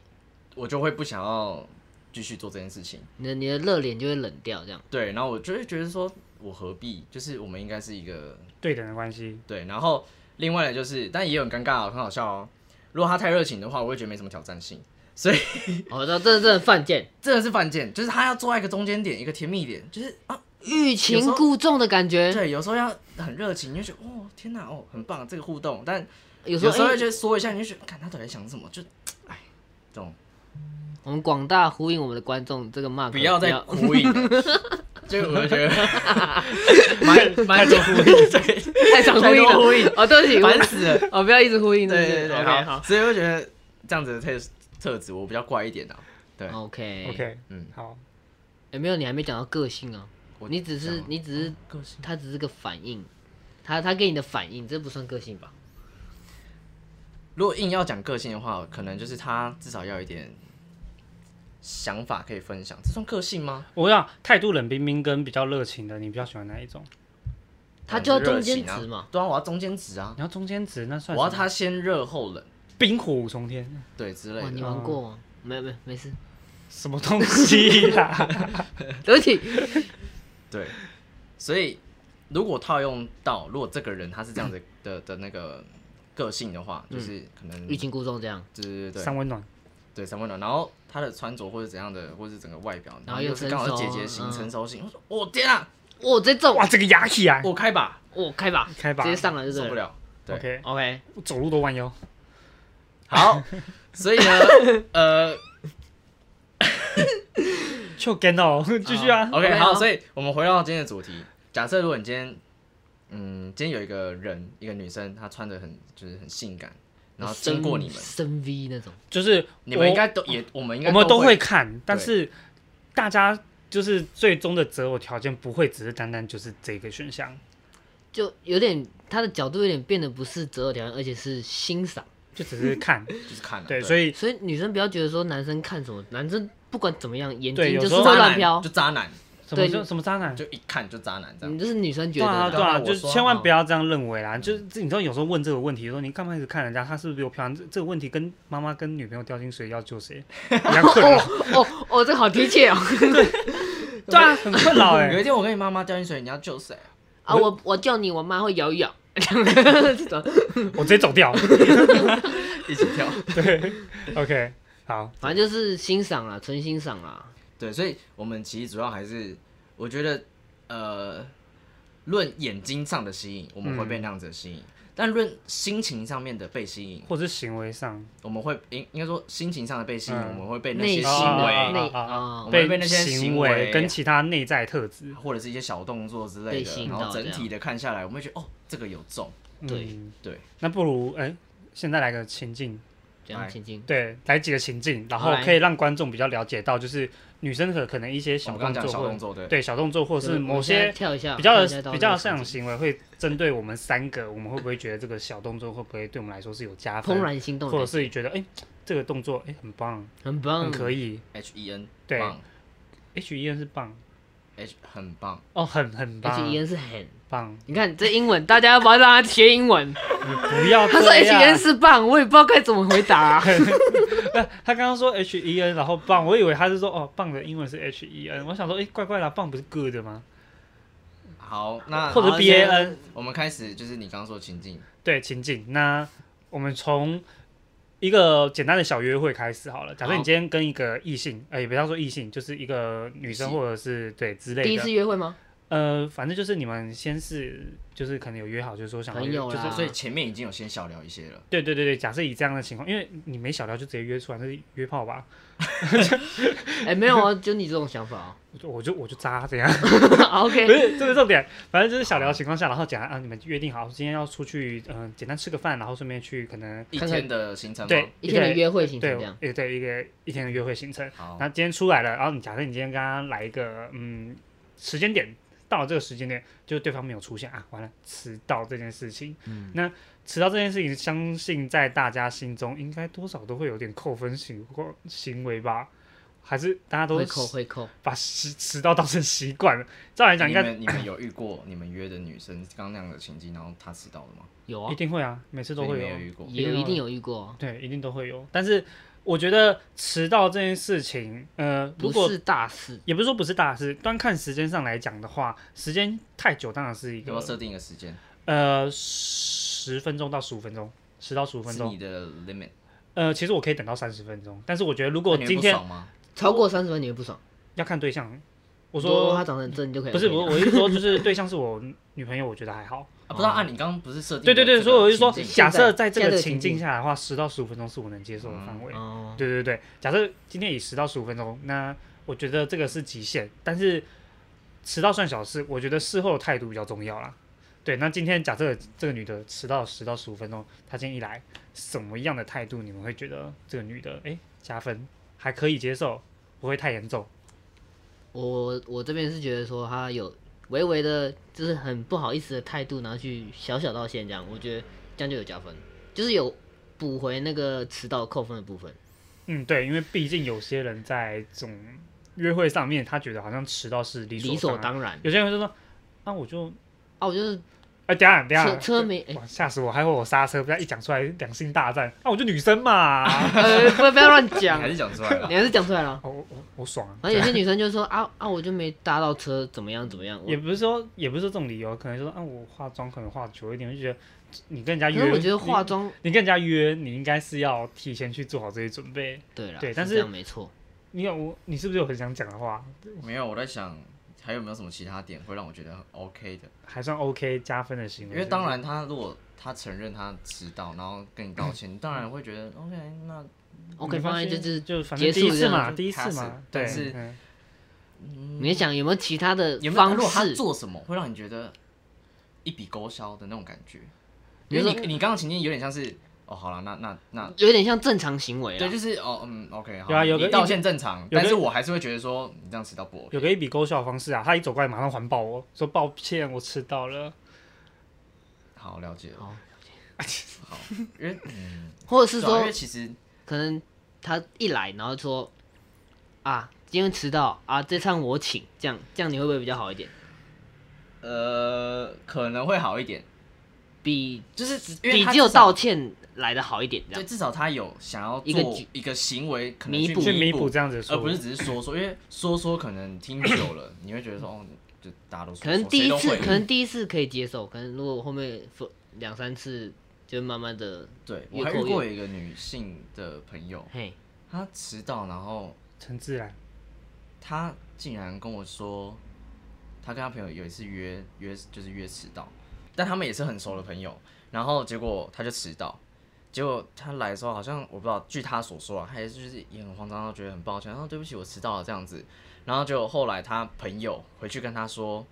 我就会不想要继续做这件事情。
你的你的热脸就会冷掉，这样。
对，然后我就会觉得说，我何必？就是我们应该是一个
对等的关系，
对，然后另外的就是，但也有很尴尬、哦，很好笑哦。如果他太热情的话，我会觉得没什么挑战性，所以
哦，这这这犯贱，
真的是犯贱，就是他要做到一个中间点，一个甜蜜点，就是啊，
欲擒故纵的感觉。
对，有时候要很热情，你就觉得哦，天哪，哦，很棒这个互动，但
有
有
时候，
时候
哎
会觉得说一下，你就觉得，看他到底在想什么，就哎，这种
我们广大呼应我们的观众，这个 mark
不要再 呼应了，就我就觉得
蛮蛮多呼应，
太常呼应
太多
了。
呼应，
哦，对不起，
烦死了。
我哦，不要一直呼应，
对
是不
对
是
对
，OK，好
所以我觉得这样子的特特质我比较怪一点啊。对
，OK
，OK，
嗯，
好，
哎，没有，你还没讲到个性啊，
我
你只是
这样吗
你只
哦
是
个性
他只是个反应，他他给你的反应，这不算个性吧？
如果硬要讲个性的话，可能就是他至少要有一点想法可以分享，这算个性吗？
我要态度冷冰冰跟比较热情的，你比较喜欢哪一种？
他就要中间
当然是
值
热情啊
嘛，
对啊，我要中间值啊，
你要中间值，那算
我要
什么
他先热后冷，
冰火五重天，
对之类
哇，你
的。
玩过
哦
吗？没有没有没事，
什么东西啦？
对不 起，
对， 所以如果套用到如果这个人他是这样子的的的那个个性的话，
嗯
就是可能
欲擒故纵这样，
对对对对
三温暖，
对三温暖，然后他的穿着或者怎样的，或者是整个外表，
然后又
又是刚好是姐
成熟
姐型
嗯哎
成熟型，我说我天啊，
我直接中，
哇，这个牙起来，
我开吧，
我开吧，
开吧
直接上来就
受
对
不
了。
了。对
OK，
OK，
走路都弯腰，
好，所以呢，呃，
就 get 到，继续啊，
OK，
OK，
好，
好
所以我们回到今天的主题。假设如果你今天，嗯，今天有一个人，一个女生，她穿的很就是很性感，然后经过你们，
深 V 那种，
就是
你们应
我
该都也，我们应该
我们
都
都会看，但是大家就是最终的择偶条件不会只是单单就是这个选项，
就有点他的角度有点变得不是择偶条件，而且是欣赏。
就只是 看，
就是看啊了，
对，
以
所以
所以女生不要觉得说男生看什么，男生不管怎么样，眼
对
睛
有
就是
时候
会
渣
乱
男
飘
就。渣男，
什么
对
叫什么渣男？
就一看就渣男这样。
你就是女生觉
对
得
啊，
的
对
啊，
啊，
我
就是
说嗯
千万
哈
不要这样认为啦。就是这你知道，有时候问这个问题，说你干嘛一直看人家，他是不是比我漂亮？这这个问题跟妈妈跟女朋友掉进水要救 谁一样困扰，
哦哦，这个好贴切哦。
对啊，很困扰哎、
有 一天我跟你妈妈掉进水，你要救谁？
啊，我我叫你，我妈会摇一摇。 这种
我直接走 掉。
一起跳。
OK，好，
反正就是欣赏啦，纯欣赏啦。
对，所以我们其实主要还是，我觉得，呃，论眼睛上的吸引，我们会被那样子的吸引；但论心情上面的被吸引，
或是行为上
我们会应应该说心情上的被吸引，
嗯
我们会被那
内
些
心
行
的
啊
为，
内
啊啊
啊
我，们
被
会被那些
行
为
跟其他内在特质，
或者是一些小动作之类
被吸
的，
引
然
到
后整
这样
体的看下来，我们会觉得哦，这个有中，
对
嗯
对，
那不如哎、现在来个情境，
这
哎
样亲亲。
对，来几个情境，然后
好来
可以让观众比较了解到，就是女生可可能一些
我
小
们刚
动
刚讲
作，
小
或
动作，对，
对小动作，或者
对
是
我
某
现在
些啊
跳一下，
比较
跳一下
的
到
比
那
较
个
像
场景
行为会针对我们三个，我们会不会觉得这个小动作会不会对我们来说是有加分
怦，然心动的
或者
感觉，
是觉得哎、这个动作哎、很棒，
很棒，
很可
以。
以
H E N
对
棒
，H E N 是棒
H 很棒，
哦，很很
而且
棒
E N 是很，
棒，
你看这英文，大家要不要让他学 英文？
你不要
他说
这
H
样
N 是棒，我也不知道该怎么回答啊、
他刚刚说 H E N，然后棒，我以为他是说哦棒的英文是 H E N，我想说哎、怪怪啦，棒不是 good 吗？
好，
啊
那
或者
好
B A
先
N
我们开始就是你刚刚说的情境，
对情境，那我们从一个简单的小约会开始好了。假设
好
你今天跟一个异性，呃，也不要说异性，就是一个女生
女性
或者是对之类
第一
的
次，约会吗？
呃，反正就是你们先是就是可能有约好，就是说想要
朋
约
友
就
啦
是
啊
所以前面已经有先小聊一些了，
对对对对。假设以这样的情况，因为你没小聊就直接约出来，那是约炮吧？
哎、没有啊， 就你这种想法哦、
我就我就我就渣这样，
o
不
k
是这是重点。反正就是小聊的情况下，然后讲啊，你们约定好今天要出去，嗯、简单吃个饭，然后顺便去可能
一
看看
天的行程吗
对
一天的
对
约会行程
对
这样，，
也对一个一天的约会行程。
好
那，今天出来了，然后你假设你今天跟他来一个嗯时间点，到了这个时间点，就对方没有出现啊，完了迟到这件事情，
嗯
那迟到这件事情，相信在大家心中应该多少都会有点扣分行或行为吧。还是大家都
会扣会扣，
把迟迟到当成习惯了，照来讲应
你
该
们你们有遇过你们约的女生刚刚那样的情境，然后她迟到了吗？
有
一
啊，
定会啊，每次都
所以
会
你
有
没有，遇过。
也有一定有遇过，
对，一定都会有。但是我觉得迟到这件事情，呃，如
不
果
是大事，
也不是说不是大事，端看时间上来讲的话，时间太久当然是一
要不要
个
设定一个时间？
呃十分钟到十五分钟，十到十五分
是你
钟。
的 limit。
呃，其实我可以等到三十分钟，但是我觉得如
那
果
你会
今
不
天
爽吗？
超过三十分你会不爽。
要看对象，我
我
说
他长得很正，你就啊可以
不是
OK
不是，我是
了
说就是对象是我女朋友，我觉得还好。
啊，不知道啊，你刚刚不是设定
对对对，
了这
所以我就
个
说，
情境
假设
现在
在这
现在
个
这个
情
情
境
境
下的话，十到十五分钟是我能接受的范围。
哦，
对对对，假设今天以十到十五分钟，那我觉得这个是极限，但是迟到算小事，我觉得事后的态度比较重要啦。对，那今天假设这个女的迟到十到十五分钟，她今天一来，什么样的态度你们会觉得这个女的诶加分，还可以接受，不会太严重？
我我这边是觉得说他有微微的，就是很不好意思的态度，然后去小小道歉这样，我觉得这样就有加分，就是有补回那个迟到扣分的部分。
嗯，对，因为毕竟有些人在这种约会上面，他觉得好像迟到是理所
理所
当然。
当然
有些人会说，那、啊、我就
啊！我就是
哎，等一下等一
车
下，
车没 哎
哇吓死我！还会我刹车，不要一讲出来两性大战。啊，我就女生嘛，
呃，不不要乱讲
你，还是讲出来了
你。还是讲出来了。
哦我我我爽啊！
反正有些女生就说啊啊，我就没搭到车，怎么样怎么样。我
也不是说也不是说这种理由，可能说啊我化妆可能化久一点，我就觉得你跟人家
可
约，
是我觉得
你
化妆
你跟人家约，你应该是要提前去做好这些准备。
对了，
对但
是
是
这样没错。
你有我你是不是有很想讲的话？
没有，我在想还有没有什么其他点会让我觉得很 OK 的？
还算 OK 加分的行为？
因为当然，他如果他承认他迟到，然后跟你道歉，你当然会觉 得 OK。那
OK，
放
反正就是
就反
结
正
束
第一次
这样
嘛，
就
第一次
pass
嘛，
但
对
是
嗯
你在想有没有其他的
嗯有没有
方
如果他
式？
做什么会让你觉得一笔勾销的那种感觉？
比
因
如
为
说
你你刚刚情境有点像是哦，好了，那那那
有点像正常行为
对，
了。
就是哦嗯 OK，好
有啊有个
你道歉正常，
有个
但是我还是会觉得说你这样迟到不 OK。
有个一笔勾销的方式啊，他一走过来马上环抱我说抱歉，我迟到了。
好，了解了。
好，
好，因为嗯，
或者是
对啊因
说
为其实
可能他一来，然后说啊，今天迟到啊，这餐我请，这样这样你会不会比较好一点？
呃可能会好一点，
比
就是因为
比
他
只有
至少
道歉来的好一点，这
对，
样
至少他有想要
一个
做
举
一个行为，可能
弥补
去
去
弥补
补
这样子说，
而不是只是说说，因为说说可能听久了，你会觉得说哦，就大家都说
可能
说
第
谁
一
都
次
会
可能第一次可以接受，可能如果后面两三次就慢慢的
对，
越
我还
扣
遇
越
过一个女性的朋友，
嘿，
她迟到，然后
陈自然，
她竟然跟我说，她跟她朋友有一次约约就是约迟到，但他们也是很熟的朋友，然后结果她就迟到。结果她来的时候，好像我不知道，据她所说啊，她也是就是也很慌张，然后觉得很抱歉，然后对不起，我迟到了这样子。然后就后来她朋友回去跟她说，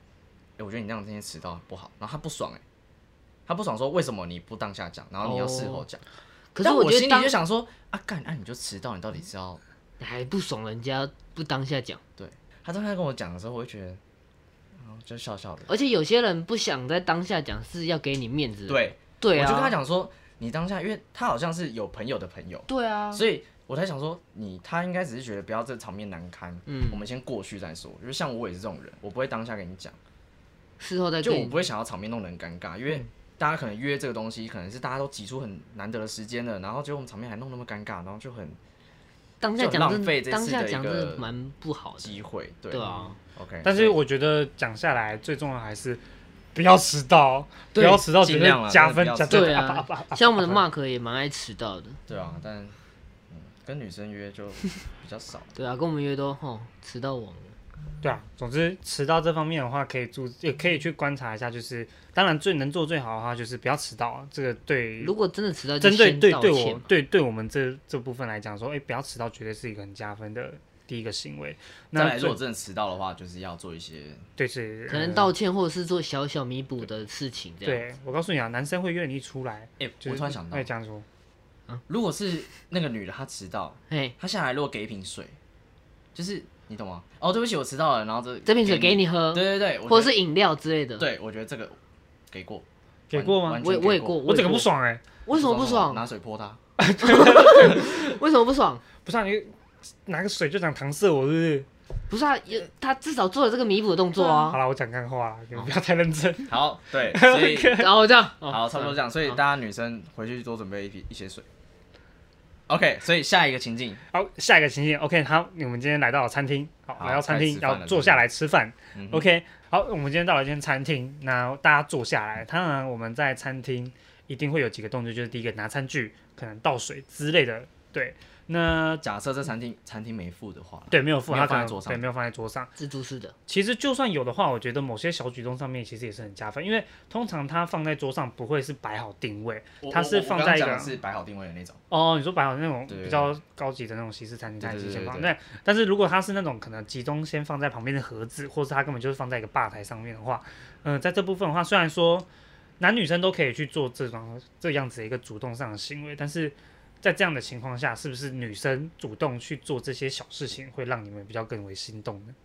哎、我觉得你这样今天迟到不好。然后她不爽、欸，哎，她不爽说为什么你不当下讲，然后你要事后讲。
嗯可是
但我
觉
心
得
里
当
就想说，啊干，那、你就迟到，你到底是要？
还不爽人家不当下讲，
他当时跟我讲的时候，我就觉得，嗯，就笑笑的。
而且有些人不想在当下讲是要给你面子的，
对，
对啊，
我就跟他讲说，你当下，因为他好像是有朋友的朋友，
对啊，
所以我才想说，你他应该只是觉得不要这场面难堪，
嗯
我们先过去再说。就是像我也是这种人，我不会当下跟你讲，
事后再
就
跟
我
你
不会想要场面弄得很尴尬，因
嗯
为大家可能约这个东西，可能是大家都挤出很难得的时间了，然后结果我们场面还弄那么尴尬，然后就很
当下
就
讲
浪
真
费这
当
次
下
的一
讲真的
个
蛮不好的，
机会，对
对啊，
，OK。
但是我觉得讲下来最重要还是不要迟到，不
对
要迟到绝
尽量啊
加
真
分
的不
加
要迟到
对啊，
嗯
像我们的 Mark 也蛮爱迟到的，
对啊，但嗯跟女生约就比 较少。
对啊，跟我们约都吼迟到网了，
对啊，总之迟到这方面的话，可以注也可以去观察一下，就是当然最能做最好的话就是不要迟到啊，这个对
如果真的迟到就
针对
先
对
道
对我
歉嘛
对对我们这这部分来讲说，哎、不要迟到绝对是一个很加分的第一个行为。
再
那
来，如
最
果真的迟到的话，就是要做一些
对是
可能
呃
道歉或者是做小小弥补的事情这样，
对我告诉你啊，男生会约你出来，
哎、
就是
我突然想到
哎，，讲说
如果是那个女的她迟到，
嘿，
她下来如果给一瓶水，就是你懂吗？哦，对不起，我迟到了，然后这
这瓶水给
你，
你喝
对，对对，我
或
觉
者
得
是饮料之类的，
对，我觉得这个给过，
给过吗
完？
我也
全
我也
给
过，
过
我
也
整个
过
不，爽哎、
为什么不爽？
拿水泼她，
为什么不爽？
不是、啊、你拿个水就想搪塞我是不是？
不是啊，有他至少做了这个弥补的动作
好
啊，
啦，我讲干话啦，你们不要太认 真。
好，对，所以
然后这样，哦
好，差不多这样，所以
好
大家女生回去多准备一瓶一些水。OK，所以下一个情境，
好，下一个情境，OK，好，我们今天来到了餐厅，好，
好
来到餐
开
厅
始饭
要
了对不
坐
对
下来吃饭、
嗯哼
o k 好，我们今天到了一间餐厅，那大家坐下来，当然我们在餐厅一定会有几个动作，就是第一个拿餐具，可能倒水之类的，对，那
假设这餐厅餐厅没付的话，
对没有付，
没
他
有
可
放在
能
桌上
对没有放在桌上。
哦自助式的，
其实就算有的话，我觉得某些小举动上面其实也是很加分，因为通常它放在桌上不会是摆好定位，
我
它
我
是
我
放
刚
在一
讲
个
的是摆好定位的那种。
哦，你说摆好那种
对对
比较高级的那种西式餐厅，它
对对
是先
对
放。
对
那但是如果它是那种可能集中先放在旁边的盒子，或是它根本就是放在一个吧台上面的话，嗯、在这部分的话，虽然说男女生都可以去做这种这样子的一个主动上的行为，但是在这样的情况下，是不是女生主动去做这些小事情，会让你们比较更为心动呢？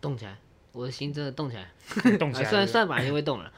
动起来，我的心真的动起来，
动起
啊
来
虽然
了，
算板就会动 了，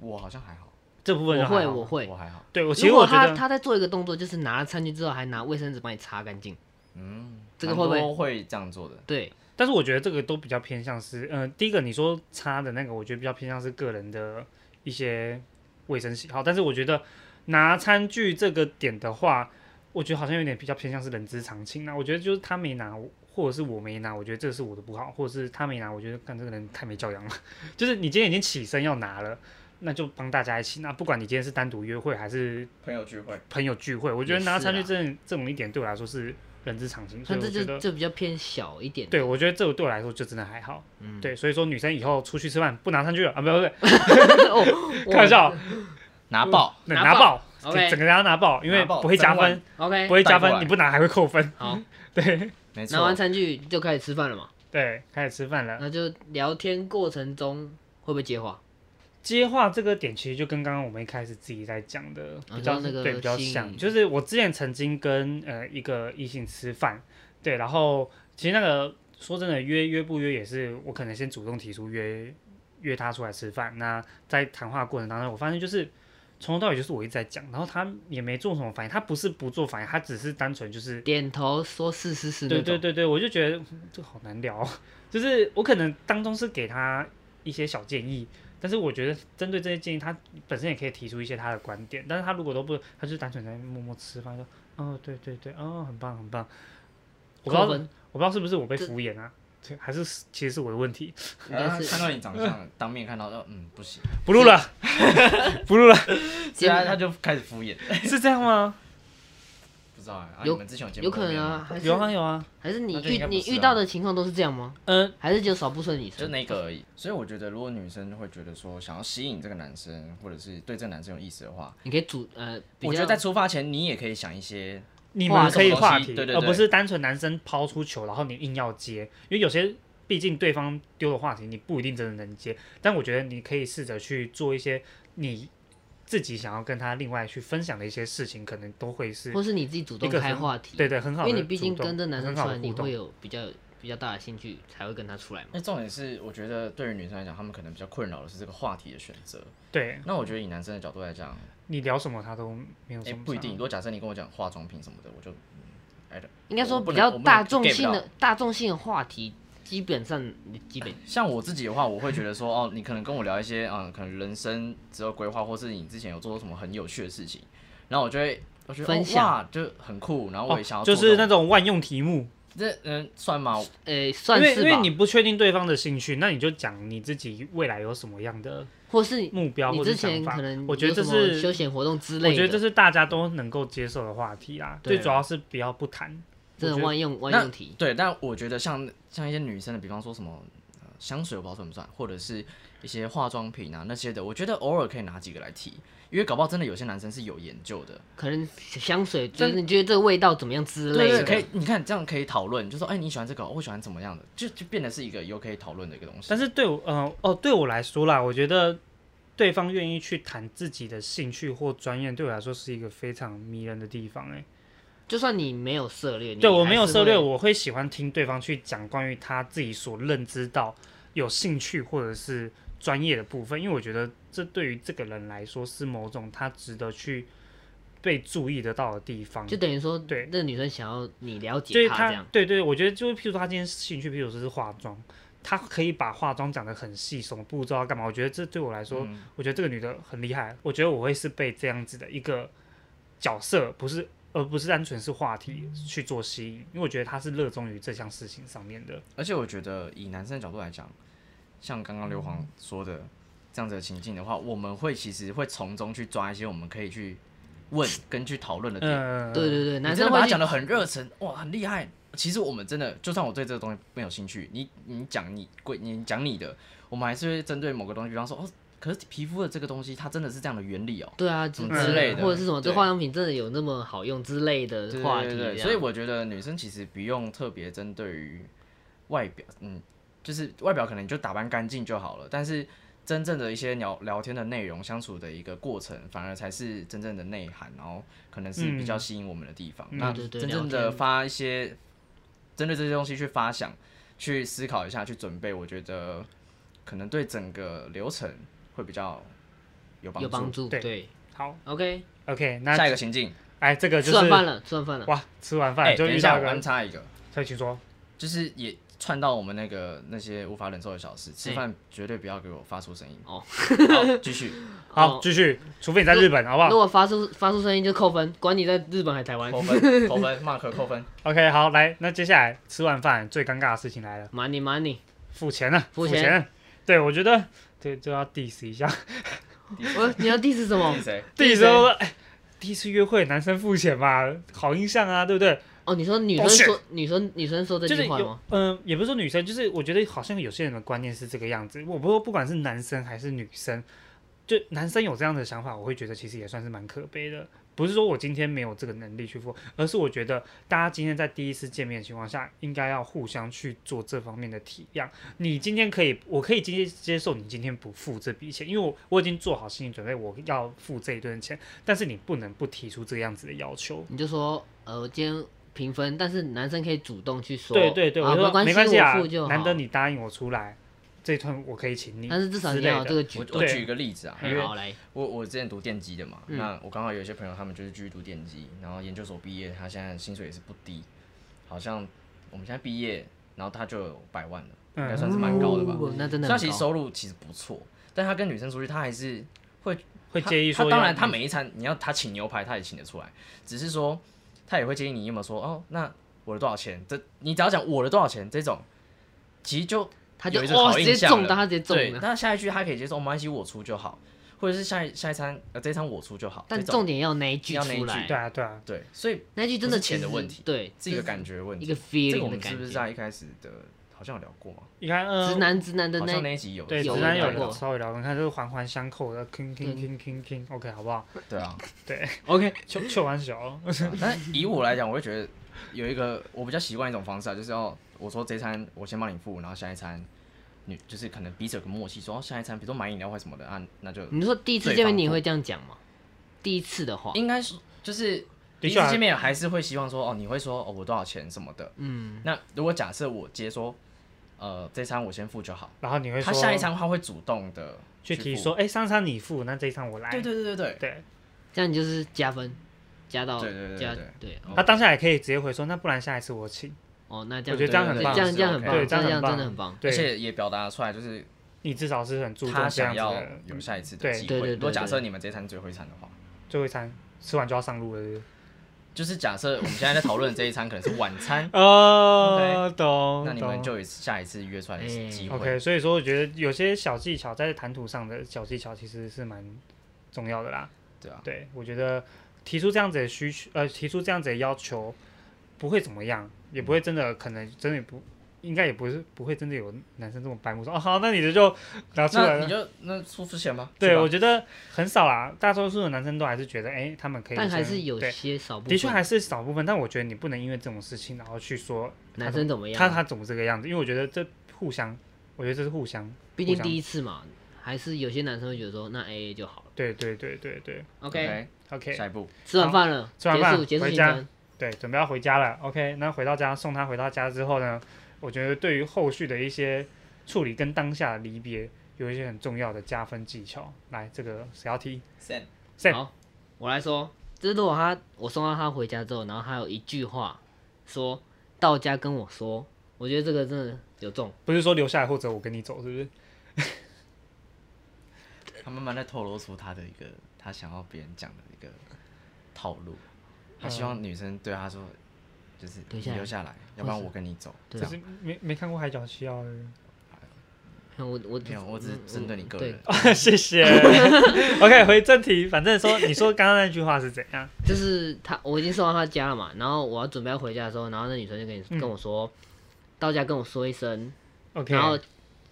我好像还好，
这部分
我
就还
会
好
我会
我，还好，
对我其
如
实
果
我觉
他
得
他在做一个动作，就是拿了餐具之后还拿卫生纸帮你擦干净，
嗯，
这个会不会
蛮多会这样做的？
对，
但呃是我觉得这个都比较偏向是，嗯、第一个你说差的那个，我觉得比较偏向是个人的一一些卫生喜好，但是我觉得拿餐具这个点的话，我觉得好像有点比较偏向是人之常情啊那、我觉得就是他没拿，或者是我没拿，我觉得这是我的不好，或者是他没拿，我觉得看这个人太没教养了。 就是你今天已经起身要拿了，那就帮大家一起拿，不管你今天是单独约会还是
朋友聚会，
朋友聚会，我觉得
也
拿
是
餐具
啊
这这种一点对我来说是人之常情，所
那
以我
这
觉
就
得。
这比较偏小一点。
对，我觉得这个对我来说就真的还好。
嗯
对，所以说女生以后出去吃饭不拿餐具了啊，不不不，
哦，我
开玩笑，
拿爆，
对
拿
拿爆，
OK
整整个要拿爆，因为
拿爆
不会加
整碗
分，
OK，
不嗯会加
带过
分，
来
你不拿还会扣分。
好，
对
没错。
拿完餐具就开始吃饭了嘛，
对，开始吃饭了。
那就聊天过程中会不会接话？
接话这个点其实就跟刚刚我们一开始自己在讲的
啊
比较、
就那个
对比较
吸引
像，就是我之前曾经跟呃一个异性吃饭，对，然后其实那个说真的约约不约也是我可能先主动提出约约他出来吃饭，那在谈话过程当中，我发现就是从头到尾就是我一直在讲，然后他也没做什么反应，他不是不做反应，他只是单纯就是
点头说是是是
对
那
对
种。
对对，我就觉得嗯这个好难聊哦， 就是我可能当中是给他一些小建议，但是我觉得针对这些建议，他本身也可以提出一些他的观点，但是他如果都不，他就是单纯在默默吃饭，说哦对对对，哦很棒很棒，我不知道
扣分
我不知道是不是我被
这
敷衍啊，对，还是其实是我的问题，
应该
啊
是
看到你长相， 当面看到，呃嗯，不 行，
不录了， 不录了，
接下来他就开始敷衍，
是这样吗？
不知道啊，啊
有
你们之前有见
有
过
可能
面
啊，
吗？
还
有啊
是
有啊，
还是你
那就应
遇
该不
你
是
遇
啊
到的情况都是这样吗？
嗯，
还是只有少部分女
就
生？
那个而已。所以我觉得，如果女生会觉得说想要吸引这个男生，或者是对这个男生有意思的话，
你可以组呃，比
我觉
较
得在出发前你也可以想一些，
你
话
们可以
什么
话
东西
题，
对对
而
对
不是单纯男生抛出球，然后你硬要接，因为有些毕竟对方丢的话题你不一定真的能接，但我觉得你可以试着去做一些你自己想要跟他另外去分享的一些事情，可能都会是
或是你自己主动
一个
开
很
话题，
对对很好的
因
主动，
嗯为你毕竟跟这男生
很
出
好
来，
的
你
互
会
动。
有比较比较大的兴趣，才会跟他出来嘛。
那哎重点是，我觉得对于女生来讲，她们可能比较困扰的是这个话题的选择。
对
那我觉得以男生的角度来讲，
你聊什么他都没有
哎、
什么、
不一定。如。果假设你跟我讲化妆品什么的，我就，嗯哎的，
应该说
我不
比
能
较
我不能
大众
get 不
性
到
的大众性的话题，基本上基本
像我自己的话，我会觉得说，哦，你可能跟我聊一些，嗯，可能人生之后规划，或是你之前有做过什么很有趣的事情，然后我就会，我觉得
分
哦
享
哇，就很酷，然后我也
哦，
想要
就
做
是
这
那
种、
种万用题目，
这嗯算吗？
呃
因
算
为
是
因
吧
为，你不确定对方的兴趣，那你就讲你自己未来有什么样的
或是你
目标
你
或者
之
想
前
法
可能。
我觉得
有
这
什么
是
休闲活动之
我
类
觉得这
的，
是大家都能够接受的话题啦。
对啊
最主要是不要不谈，
这
我
种
觉得
万用万
那
用题，
对，但我觉得像像一些女生的，比方说什么、呃、香水，我不知道算不算，或者是一些化妆品啊那些的，我觉得偶尔可以拿几个来提，因为搞不好真的有些男生是有研究的，
可能香水就是你觉得这个味道怎么样之类
对，
的，
可以，你看这样可以讨论，就说哎、你喜欢这个，我喜欢怎么样的，就就变得是一个有可以讨论的一个东西。
但是对我，呃，哦，对我来说啦，我觉得对方愿意去谈自己的兴趣或专业，对我来说是一个非常迷人的地方、欸。
就算你没有涉猎，
对
你
我
还
没有
是
涉猎，
会
我会喜欢听对方去讲关于他自己所认知到有兴趣或者是专业的部分，因为我觉得这对于这个人来说是某种他值得去被注意得到的地方。
就等于说，
对
那女生想要你了
就
解
是
她这样，
对对，我觉得就是，譬如说他今天兴趣，譬如说是化妆，他可以把化妆讲得很细，什么步骤要干嘛。我觉得这对我来说，
嗯
我觉得这个女的很厉害。我觉得我会是被这样子的一个角色，不是而不是单纯是话题去做吸引，因为我觉得她是热衷于这项事情上面的。
而且我觉得以男生的角度来讲，像刚刚刘皇
嗯
说的这样子的情境的话，我们会其实会从中去抓一些我们可以去问跟去讨论的点。
嗯，
对对对，男
你真
生
的把
会
它
去
讲的很热忱，哇，很厉害。其实我们真的，就算我对这个东西没有兴趣，你你讲你贵，你讲你的，我们还是会针对某个东西，比方说哦，可是皮肤的这个东西，它真的是这样的原理哦，
对啊，之
什么之类的
或者是什么这
对
化妆品真的有那么好用之类的
对
话
对
题
对
这
对
样，
所以我觉得女生其实不用特别针对于外表，嗯，就是外表可能你就打扮干净就好了，但是真正的一些聊聊天的内容、相处的一个过程，反而才是真正的内涵，然后可能是比较
嗯
吸引我们的地方。
嗯
那
对对对
真正
聊
的
天
发一些针对这些东西去发想、去思考一下、去准备，我觉得可能对整个流程会比较有帮
有帮
助。
助，
对
对
好
，OK，
，OK，那
下一个情境，
哎，这个
吃
就
完
是
饭了，吃完饭了，
哇，吃完
哎、
饭就
等一
遇
下
到
我
一
安
个，
插一个，
所以请说，
就是也串到我们那个那些无法忍受的小事，吃
哎
饭绝对不要给我发出声音。
哦，
好，继续。
好，继续，除非你在日本，好不
如
好
果发出发出声音就扣分，管你在日本还是台湾
扣。分，扣分，Mark 扣分。
？OK，好，来，那接下来吃完饭最尴尬的事情来了，
Money money，
付钱了，
付
付
钱
钱。对，我觉得对，就要 diss 一下。
我 你要 diss 什么
是？谁？
第一次说，哎第一次约会男生付钱嘛，好印象啊，对不对？
哦，你说女
Oh,
Bullshit
生说女生女生说这
就是
句话
有
吗？，
嗯、也不是说女生，就是我觉得好像有些人的观念是这个样子。我不过不管是男生还是女生，就男生有这样的想法，我会觉得其实也算是蛮可悲的。不是说我今天没有这个能力去付，而是我觉得大家今天在第一次见面的情况下，应该要互相去做这方面的体谅。你今天可以，我可以今天接受你今天不付这笔钱，因为我我已经做好心理准备，我要付这一顿钱，但是你不能不提出这个样子的要求。
你就说呃，我今天平分，但是男生可以主动去说。
对对对，
啊
我就
没
说没
关
关系啊
我付就好。，
难得，你答应我出来，这一趟我可以请你之类的。
但是至少你要有这个举
我
动
我
对。
举一个例子啊，因
嘿
为
好来，
我我之前读电机的嘛，
嗯
那我刚好有一些朋友他们就是继续读电机，然后研究所毕业，他现在薪水也是不低，好像我们现在毕业，然后他就有百万了，应该算是蛮高的吧。
哦那真
所
的
以
很
他其实
高。
收入其实不错，但他跟女生出去，他还是
会
他
介意
他
说要，
当然，他每一餐你要他请牛排，他也请得出来，只是说他也会建议你有没有说哦，那我的多少钱？这你只要讲我的多少钱这种，其实就
他就
有一种
哦，
好
直
印
接
象
中
了
到他直接中
对，
了。
那下一句他可以接受，哦我们一起我出就好，或者是下一下一餐呃这一餐我出就好。
但
这种
重点要那一句
要那一
出
句
对
来，
啊对啊，
对，所以
那一句真的
不是钱的
其实
问题
对，
这个
就是
感觉问
一
题，
个
这个
feeling 的
我们是
感
不是
觉。
在一开始的好像有聊过嘛？
你看，嗯、
直男直男的
好
那
像那一集有
对直
有
男
聊
有
过
稍微聊过，你看这是环环相扣的，吭吭吭吭吭，OK 好不 好？
对 啊，
OK，
求求完小，
对啊 但以我来讲，我会觉得有一个我比较习惯一种方式啊，就是要我说这一餐我先帮你付，然后下一餐你就是可能彼此有个默契，说哦下一餐比如说买饮料或什么的啊，那
嗯
就
你说第一次
对
见面
方
你
不
会这样讲吗？第一次的话，
应该是就是
的
第一
确啊
次见面还是会希望说哦你会说哦我多少钱什么的。
嗯，
那如果假设我接说呃这餐我先付就好，
然后你会
他
说
下一餐他会主动的
去提
付
说，，哎、上餐你付，那这一餐我来。
对对对对对。
对
这样你就是加分，加到
对对对
加
对
对
哦
他当下也可以直接回说，那不然下一次我请。
哦，那这
我
样
觉得这样
对
很
对
棒
这，样这样很
是
棒，
对
这
这样很
样真的
棒
很棒。
而
对，
且也表达出来，就是
你至少是很注
他
重这样
想
子
要
的。嗯
有下一次的
对
对
机
对对
会。如果
对
假设你们这一餐最后一餐的话，
最后一餐吃完就要上路了是不 是。，
就是假设我们现在在讨论的这一餐可能是晚餐
哦，懂。
那你们
懂
就有下一次约出来的机会。
OK，所以说我觉得有些小技巧在谈吐上的小技巧其实是蛮重要的啦。
对啊，
对，我觉得提出这样子的需求，呃，提出这样子的要求，不会怎么样，也不会真的可能真的不，应该也不是不会真的有男生这么白目说，哦好，那你的就拿出来
那你
了。
就那出付钱吧。
对，
是吧
我觉得很少啦，大多数的男生都还是觉得，哎、他们可以先，
但还是有
对，
些少部
的确
分
还是少部分，但我觉得你不能因为这种事情，然后去说
男生怎么
他
样？啊
他总这个样子，因为我觉得这互相，我觉得这是互相，
毕
互
竟
相
第一次嘛，还是有些男生会觉得说那 AA 就好了。
对对对对对
OK，
，OK，
下一步
吃完饭了，
吃完
结
饭
束结束
回
行
家
程，
对，准备要回家了，OK，那回到家送他回到家之后呢，我觉得对于后续的一些处理跟当下的离别，有一些很重要的加分技巧。来，这个谁要踢？
Sam，
对
好，我来说，就是如果他我送到他回家之后，然后他有一句话说到家跟我说，我觉得这个真的有中。
不是说留下来或者我跟你走，是不是？
他慢慢在透露出他的一个他想要别人讲的一个套路，他希望女生对他说，就是
留下来
留下来，要不然我跟你走。
对
就
啊
是没没看过《海角七号》
我我
没有，我只是针对你
嗯
个人。
的，谢谢。OK，回正题，反正说你说刚刚那句话是怎样？
就是他，我已经送到他家了嘛，然后我要准备要回家的时候，然后那女生就跟你、
嗯
跟我说，到家跟我说一声，
OK，
然后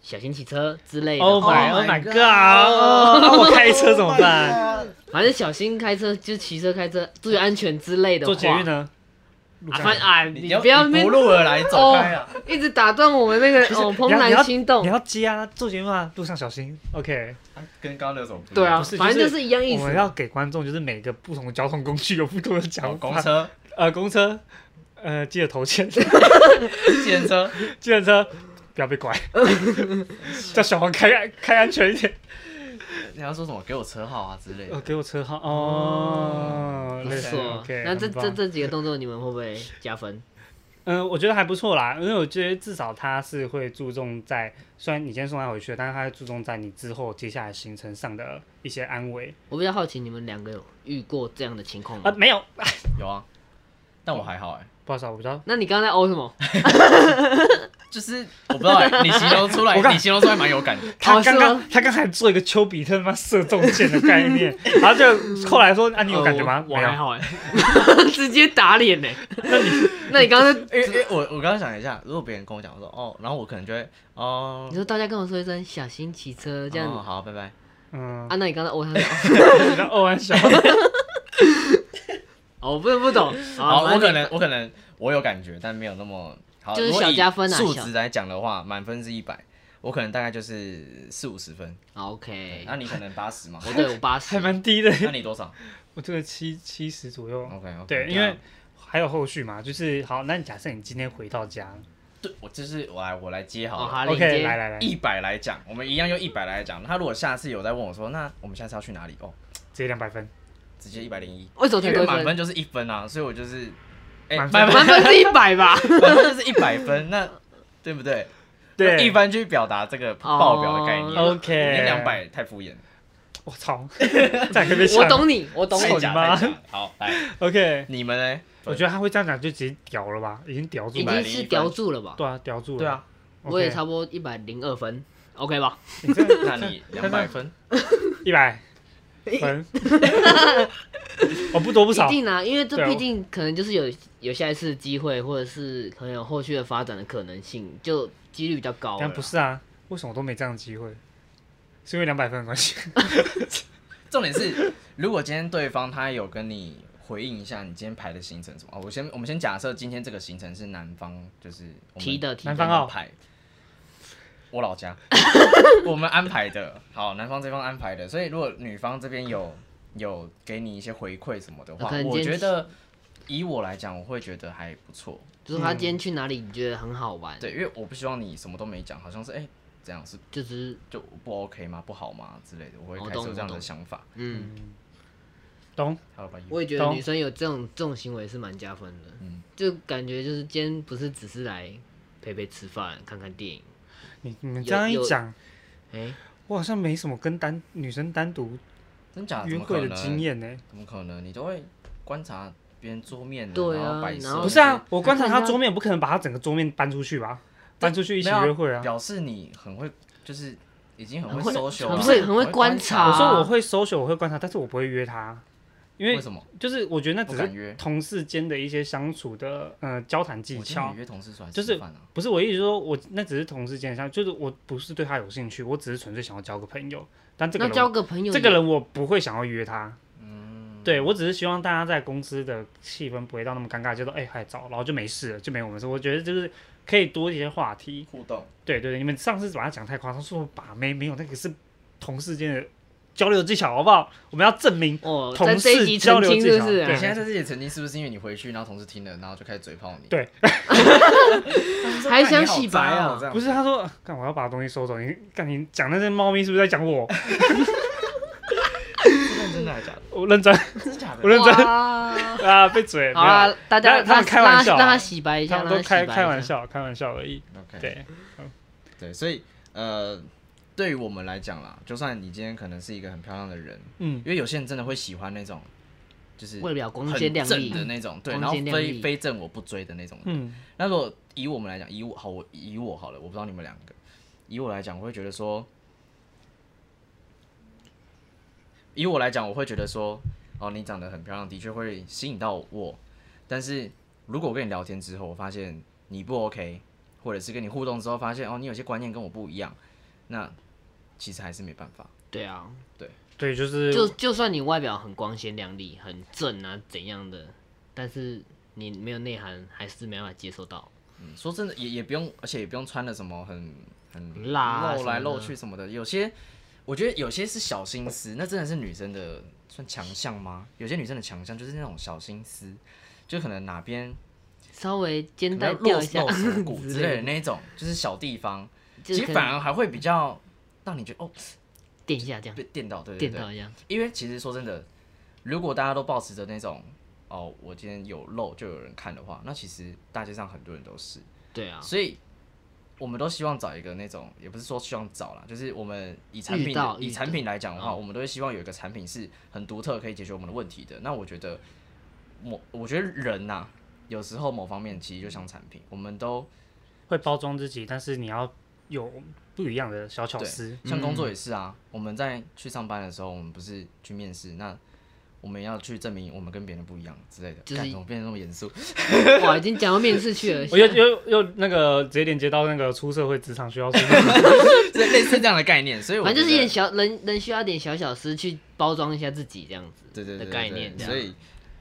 小心骑车之类的
Oh my
Oh
Oh my
my
God！哦那我开车怎么 办？
反正小心开车，就骑车开车注意安全之类的
坐
话。
捷运啊呢？路
啊，
上
反啊，
你
你
要
不要
你
那边
不录而来走开啊！
一直打断我们那个哦怦
你要
然心动
你，要接啊，做节目啊，路上小心。OK，
跟刚刚那种不一样
对啊，
不是
反正就
就是
一样意
我们
思。
要给观众就是每个不同的交通工具有不同的
好
讲法。
哦公车、
呃，公车，呃，记得投钱，
电车，
计程车不要被 拐，叫小黄开安开安全一点。
你要说什么？给我车号啊之类
呃，
的。
给我车号哦，
不
类似
错
OK，
那这
很棒
这这几个动作你们会不会加分？
嗯、我觉得还不错啦，因为我觉得至少他是会注重在，虽然你先送他回去，但是他会注重在你之后接下来行程上的一些安慰
我比较好奇你们两个有遇过这样的情况
啊、
吗？
没有，
有啊，但我还好哎、
不好意思啊，我比较，
那你刚刚在哦什么？
就是我不知道哎、你形容出 来
我，看
你形容出来蛮有感的。
他
哦是
刚
吗
刚、他刚才做一个丘比特他妈射中箭的概 念，然后就后来说啊，你有感觉
哦
吗？
呃我
没
我还
有，
好哎，
直接打脸呢、那你那你刚刚在
因为因为我我刚刚想一下，如果别人跟我讲，我说哦，然后我可能就会哦
你，说大家跟我说一声小心骑车这样子、
哦好，拜拜。
嗯，
啊？那你刚才哦他在哦
比较偶然小，
哦， 我不是不懂。啊
好，
反正
我可能我可能我有感觉，但没有那么好。
就是
如果
小
以
加分啊
数
小
值来讲的话，满分是一百，我可能大概就是四五十分。
好
对
啊 OK，
那你可能八十嘛？
我对我八 十
还，蛮低的，
那你多少啊
我这个七七十左右，
？OK 哦 OK。
对，因为还有后续嘛，就是好，那你假设你今天回到家
对我就是我来我来接
哦
好了。
好，领
，OK，来
接。
来来，直
一百来讲，我们一样用一百来讲。他如果下次有再问我说，那我们下次要去哪里？哦，
接两百分，
直接一百零一，
为什么才
因
多
为
一
满
分？
分就是一分啊，所以我就是，哎，
满
满
分
分
满分是一百吧？
满分就是一百分，那对不对？用一
对，
般去表达这个报表的概念。
哦
OK
你两百太敷衍了。
我操，再可以被
我
抢
懂你，我懂
是
你
我
太。
的
假
妈
太假了。好， 来，
，OK，
你们呢？
我觉得他会这样讲就直接屌了吧，已经屌住
已
了，
经是叼住了吧？
对啊，屌住了，
对，啊，
我也差不多一百零二分，OK 吧？
你这样
那 你两百分，
一百分， 我不多不少
一，定啊，因为这
对啊
毕竟可能就是有有下一次的机会，或者是可能有后续的发展的可能性，就几率比较高了
但
啦。
不是啊，为什么我都没这样的机会？是因为两百分的关系，
重点是，如果今天对方他有跟你回应一下你今天排的行程什么，哦我先我们先假设今天这个行程是南方，就是我们
提的提
南
的，
方澳
排，我 老家，我们安排的，好，南方这方安排的，所以如果女方这边有有给你一些回馈什么的
那
话
可，能
我
今天
觉得以我来讲，我会觉得还不错，
就是他今天去哪里，你觉得很好玩，
嗯对，因为我不希望你什么都没讲，好像是哎、这样是
就只是
就不 OK 吗？不好吗？之类的，我会
我
开
懂
始有这样
我
的
懂
想法。
嗯，
懂？
还有吧，
我也觉得
懂
女生有这种这种行为是蛮加分的，
嗯
就感觉就是今天不是只是来陪陪吃饭、看看电影，
你你们
有
这样一
有
讲，
哎、
我好像没什么跟单女生单独
真假的？
约
怎么可
会
能
的经？验呢。
怎么可能？你都会观察别人桌面的，
对啊
然后摆
然
设，
后
不是啊，我观察
看
他
一下
桌面，不可能把他整个桌面搬出去吧？搬出去一起
没有啊
约会啊！
表示你很会，就是已经很
很
会
会
social，
很
了
会
很
很会观察
啊
我说我会搜 l 我会观察，但是我不会约他，因
为
为
什么
就是我觉得那
不
只
敢
是
约？
同事间的一些相处的呃交谈技
我今天
巧
也。约同事出来
就是
吃饭啊，
不是我意思说我，那只是同事间的相，就是我不是对他有兴趣，我只是纯粹想要交个朋友。但这个
那
人
交个朋友也，
这个人我不会想要约他，
嗯，
对我只是希望大家在公司的气氛不会到那么尴尬，就说哎还早，然后就没事了，就没我们事。我觉得就是可以多一些话题，
互动，
对对对，你们上次把它讲太夸张，说我把妹没有那个是同事间的交流技巧，好不好？我们要证明
哦，在
同
这一
事
集
交
澄
流
清
技
是
巧。
不是、
对
你
啊？
现在在这里曾经是不是因为你回去，然后同事听了，然后就开始嘴炮你？
对
他们说，
还
干
想
你好
洗白
渣
啊
哦这样
不是他说，干我要把东西收走，你干你讲那些猫咪是不是在讲我？
是真的还是假的？
我认真，
真的假的
我？认真
哇
啊，被嘴。
好
没有，
啦，大家
但他们
让
开玩笑啊
让他让他洗白一
他
下，
们
让
都
他洗白
开
一下
开玩，笑，开玩笑而已。
OK
对，
对，所以呃，对于我们来讲啦，就算你今天可能是一个很漂亮的人，
嗯
因，为有些人真的会喜欢那种，就是
外表光
很
鲜亮
正
丽
的那种，对，
光
然后
鲜亮
非
丽
非正我不追的那种。
嗯，
那如果以我们来讲，以我好，我以我好了，我不知道你们两个，以我来讲，我会觉得说，以我来讲，我会觉得说，哦，你长得很漂亮，的确会吸引到我，但是如果我跟你聊天之后，我发现你不 OK，或者是跟你互动之后发现哦，你有些观念跟我不一样，那其实还是没办法。
对啊，
对，就是
就就算你外表很光鲜亮丽、很正啊怎样的，但是你没有内涵，还是没办法接受到。
嗯，说真的，也也不用，而且也不用穿的什么很很
很辣啊
露
什么
来
的
露去什么的。有些我觉得有些是小心思，那真的是女生的算强项吗？有些女生的强项就是那种小心思，就可能哪边
稍微
可
肩
能
带
露
掉一下
露锁骨之类的
类的，
那 一种，就是小地方，
就
其
是
实
可
反
能
而还会比较让你觉得哦
垫一下这样，
被电到，对对
垫
对
到。一样。
因为其实说真的，如果大家都保持着那种哦、哦，我今天有漏就有人看的话，那其实大街上很多人都是，
对 啊，
所以我们都希望找一个那种，也不是说希望找啦，就是我们以产
遇
品
到嗯遇
以
到
产品来讲的话，我们都会希望有一个产品是很独特，可以解决我们的问题的。那我觉得，某我觉得人呐、有时候某方面其实就像产品，
嗯
我们都
会包装自己，但是你要有不一样的小巧
对
思。
像工作也是啊，我们在去上班的时候，我们不是去面试，那我们要去证明我们跟别人不一样之类的。
就是
干怎么变得那么严肃？
哇，已经讲到面试去了，
我又又又那个直接连接到那个出社会职场需要出社 会
这类似这样的概念，所以我
反正就是一
觉得
点小人人需要点小小事去包装一下自己这样子
对对
的
对对
概念，
对
这
所
样。
以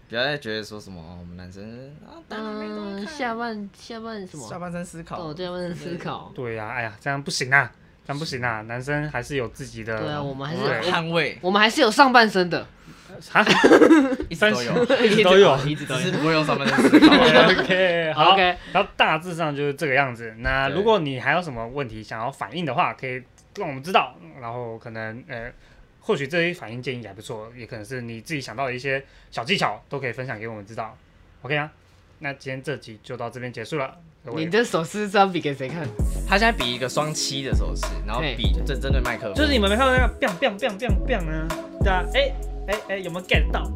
不要再觉得说什么哦，我们男生啊，当然没东
嗯，
西
下半下半什么？
下半身思考，
哦，对，下半身思考。
对呀、哎呀，这样不行啊，这样不行啊，男生还是有自己的。
对啊，我们还
还
是
对
是 捍卫
我们还是有上半身的，
啊，
一直都 有，
一直都有。
一直
只 是不会用上半身思 考。
OK，好
OK
然后大致上就是这个样子。那
对
如果你还有什么问题想要反映的话，可以让我们知道，然后可能呃，或许这些反应建议还不错，也可能是你自己想到的一些小技巧，都可以分享给我们知道。OK 啊，那今天这集就到这边结束了。各位
你的手势是要比给谁看？
他现在比一个双七的手势，然后
嘿
比正针对麦克风，
就是你们没看到那个 biang biang biang biang biang 呢？对啊，哎哎哎，有没有 get 到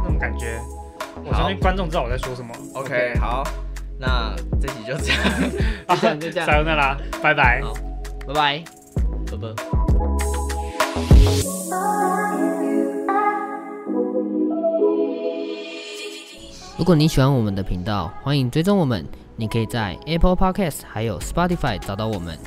那种感觉？我相信观众知道我在说什么。
OK 好，那这集就这样，
好，
就这样 就这样
撒由那拉，拜拜。
好
拜拜。
拜拜。
如果你喜欢我们的频道，欢迎追踪我们。你可以在 Apple Podcast 还有 Spotify 找到我们。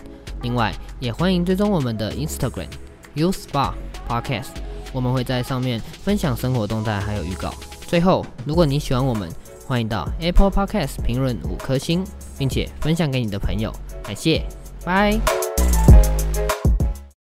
另外，也欢迎追踪我们的 Instagram U Spa Podcast，我们会在上面分享生活动态还有预告。最后，如果你喜欢我们，欢迎到 Apple Podcast 评论五颗星，并且分享给你的朋友。感谢，拜。